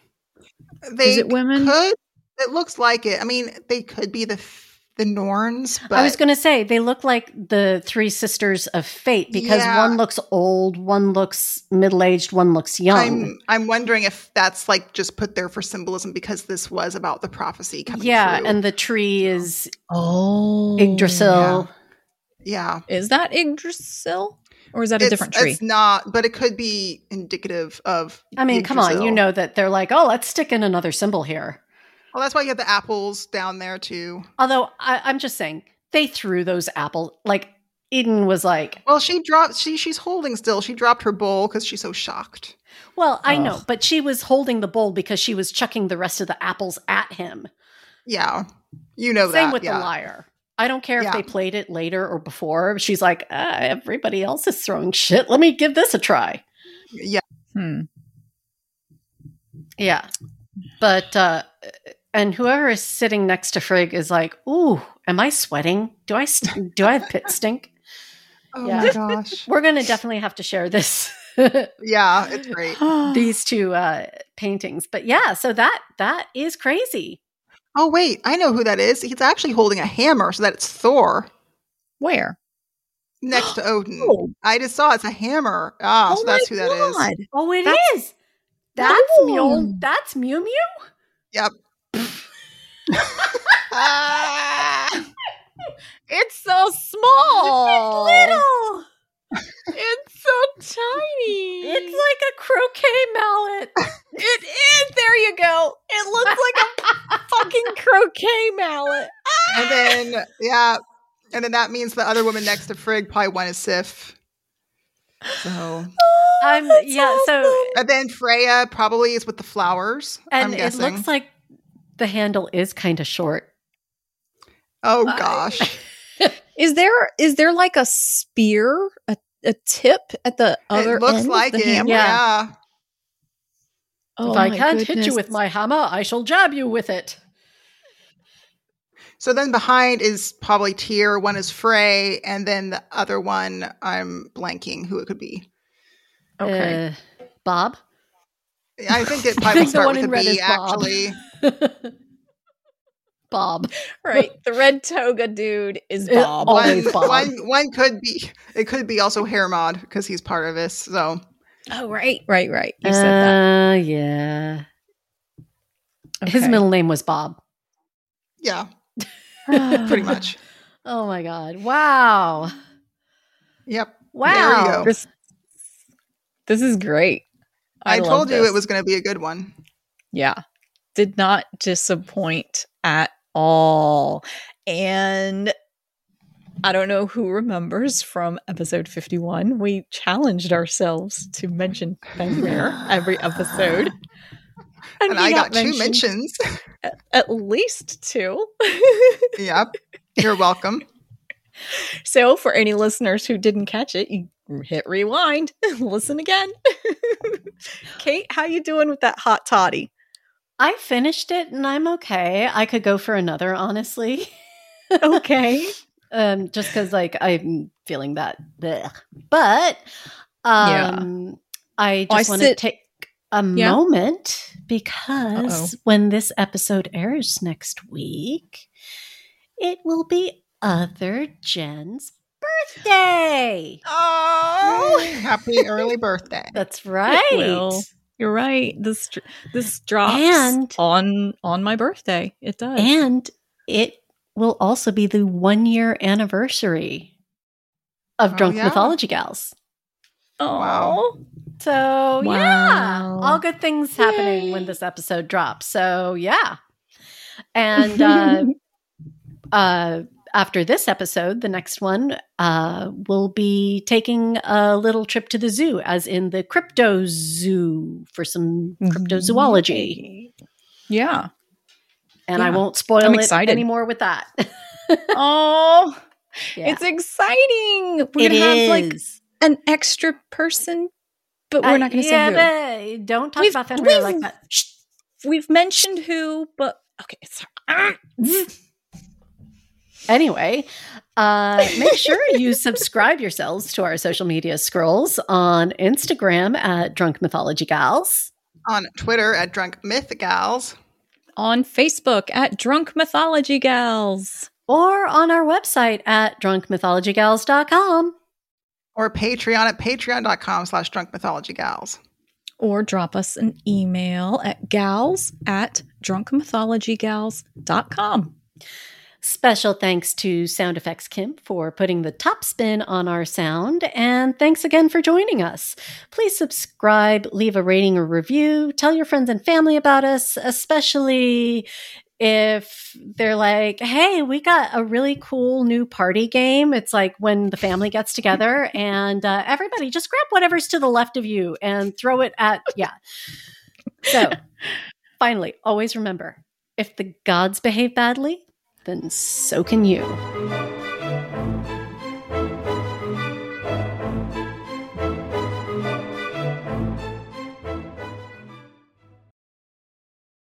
S2: They
S3: Is it women?
S2: could. It looks like it. I mean, they could be the f- the Norns, but
S1: I was going to say they look like the three sisters of fate because
S2: Yeah.
S1: one looks old, one looks middle aged, one looks young.
S2: I'm I'm wondering if that's like just put there for symbolism because this was about the prophecy coming
S1: yeah,
S2: true.
S1: and the tree is
S3: Oh.
S1: Yggdrasil.
S2: yeah,
S3: Is that Yggdrasil? Or is that a
S2: it's,
S3: different tree?
S2: It's not, but it could be indicative of.
S1: I mean, come on, you
S2: Yggdrasil.
S1: know that they're like, oh, let's stick in another symbol here.
S2: Well, that's why you have the apples down there too.
S1: Although I, I'm just saying they threw those apples. Like Eden was like,
S2: Well, she dropped. She she's holding still. She dropped her bowl because she's so shocked.
S1: well, I know,
S3: Ugh.
S1: but she was holding the bowl because she was chucking the rest of the apples at him.
S2: Yeah, you know
S1: Same
S2: that.
S1: with
S2: yeah.
S1: the liar. I don't care
S2: Yeah.
S1: if they played it later or before. She's like, ah, everybody else is throwing shit. Let me give this a try.
S2: Yeah,
S3: Hmm.
S1: Yeah. But, uh, and whoever is sitting next to Frigg is like, ooh, am I sweating? Do I, st- do I have pit stink?
S2: Oh
S1: Yeah. *laughs*
S2: my gosh.
S1: We're going to definitely have to share this, *laughs*
S2: Yeah, it's great.
S1: these two, uh, paintings. But yeah, so that, that is crazy.
S2: Oh wait, I know who that is. He's actually holding a hammer, so that's Thor
S3: Where?
S2: next
S1: *gasps*
S2: to Odin.
S3: Oh,
S2: I just saw it's a hammer. Ah, so that's who that is.
S1: Oh, it is.
S3: That's-
S1: That's
S3: Wow.
S1: Mew. That's Mew Mew.
S3: It's so small.
S1: Little.
S3: It's so tiny.
S1: It's like a croquet mallet.
S3: *laughs* it is. There you go. It looks like a fucking croquet mallet.
S2: And then yeah, and then that means the other woman next to Frigg probably one is Sif.
S1: *gasps*
S2: So
S1: I'm- yeah, so-
S2: and then Freya probably is with the flowers.
S1: And
S2: I'm
S1: it
S2: guessing.
S1: looks like the handle is kind of short. *laughs*
S2: oh
S1: I-
S2: gosh,
S3: is there is there like a spear, a, a tip at the other
S2: it looks
S3: end
S2: like
S3: of
S2: it.
S3: the hammer?
S2: Yeah.
S3: Oh
S1: if I
S3: my
S1: can't hit you
S3: goodness.
S1: with my hammer, I shall jab you with it.
S2: So then behind is probably Tyr. One is Frey, and then the other one I'm blanking who it could be.
S3: Okay.
S1: Uh, Bob?
S2: I think it
S1: I
S2: probably will
S1: think the
S2: start
S1: one
S2: with a
S1: in red
S2: B.
S1: is Bob.
S2: Actually,
S1: Bob.
S3: right. The red toga dude is
S1: It
S3: Bob.
S1: always-
S2: one,
S1: Bob.
S2: one, one could be it could be also Hermod because he's part of this. So
S3: oh, right, right, right. You said that.
S1: Uh, yeah. His
S3: Okay.
S1: middle name was Bob.
S2: yeah, *laughs*
S3: *sighs* *laughs*
S2: pretty much.
S1: Oh my God. Wow.
S2: Yep.
S1: Wow.
S2: go.
S3: This, this is great. I,
S2: I,
S3: love
S2: told you
S3: this.
S2: it was going to be a good one.
S3: Yeah. Did not disappoint at all. And I don't know who remembers from episode 51, we challenged ourselves to mention Fenrir every episode.
S2: *laughs* And,
S3: he
S2: I got two
S3: mentioned
S2: mentions.
S3: a- At least two. *laughs*
S2: yep. You're welcome.
S3: so, for any listeners who didn't catch it, you hit rewind, *laughs* listen again. Kate, how you doing with that hot toddy?
S2: *laughs*
S1: I finished it and I'm okay. I could go for another, honestly. *laughs*
S3: Okay.
S1: um just because like i'm feeling that bleh. but um i
S3: Oh, I
S1: just want to
S3: sit-
S1: take a
S3: Yeah.
S1: moment because when this episode airs next week it will be other jen's birthday
S3: Oh.
S2: Yay, Happy early birthday.
S1: that's right
S3: will. You're right. This dr- this drops
S1: And-
S3: on on my birthday. It does.
S1: and it will also be the one year anniversary of
S2: Oh,
S1: drunk
S2: yeah.
S1: mythology gals
S3: Aw.
S1: So yeah,
S3: Wow.
S1: all good things happening
S3: Yay.
S1: when this episode drops. So yeah, and
S3: *laughs*
S1: uh, uh, after this episode, the next one, uh, we'll be taking a little trip to the zoo, as in the crypto zoo for some cryptozoology.
S3: Yeah.
S1: And I
S3: Yeah.
S1: won't spoil
S3: I'm
S1: it
S3: excited. *laughs*
S1: anymore with that.
S3: oh,
S1: Yeah.
S3: it's exciting. We're gonna have like
S1: is.
S3: an extra person, but we're
S1: I-
S3: not gonna say who.
S1: yeah, but don't talk
S3: We've-
S1: about Fenrir
S3: we've-
S1: like that.
S3: Shh. We've mentioned who, but okay, it's ah. *laughs*
S1: Anyway, uh, make sure you subscribe yourselves to our social media scrolls on Instagram at Drunk Mythology Gals.
S2: on Twitter at Drunk Myth Gals.
S3: on Facebook at Drunk Mythology Gals.
S1: Or on our website at drunkmythologygals.com.
S2: or Patreon at patreon.com slash drunk mythology gals.
S3: or drop us an email at gals at drunkmythologygals.com.
S1: Special thanks to Sound Effects Kim for putting the top spin on our sound, and thanks again for joining us. Please subscribe, leave a rating or review, tell your friends and family about us, especially if they're like, hey, we got a really cool new party game. It's like when the family gets together, and uh, everybody just grab whatever's to the left of you and throw it at, yeah. So finally, always remember if the gods behave badly, then so can you.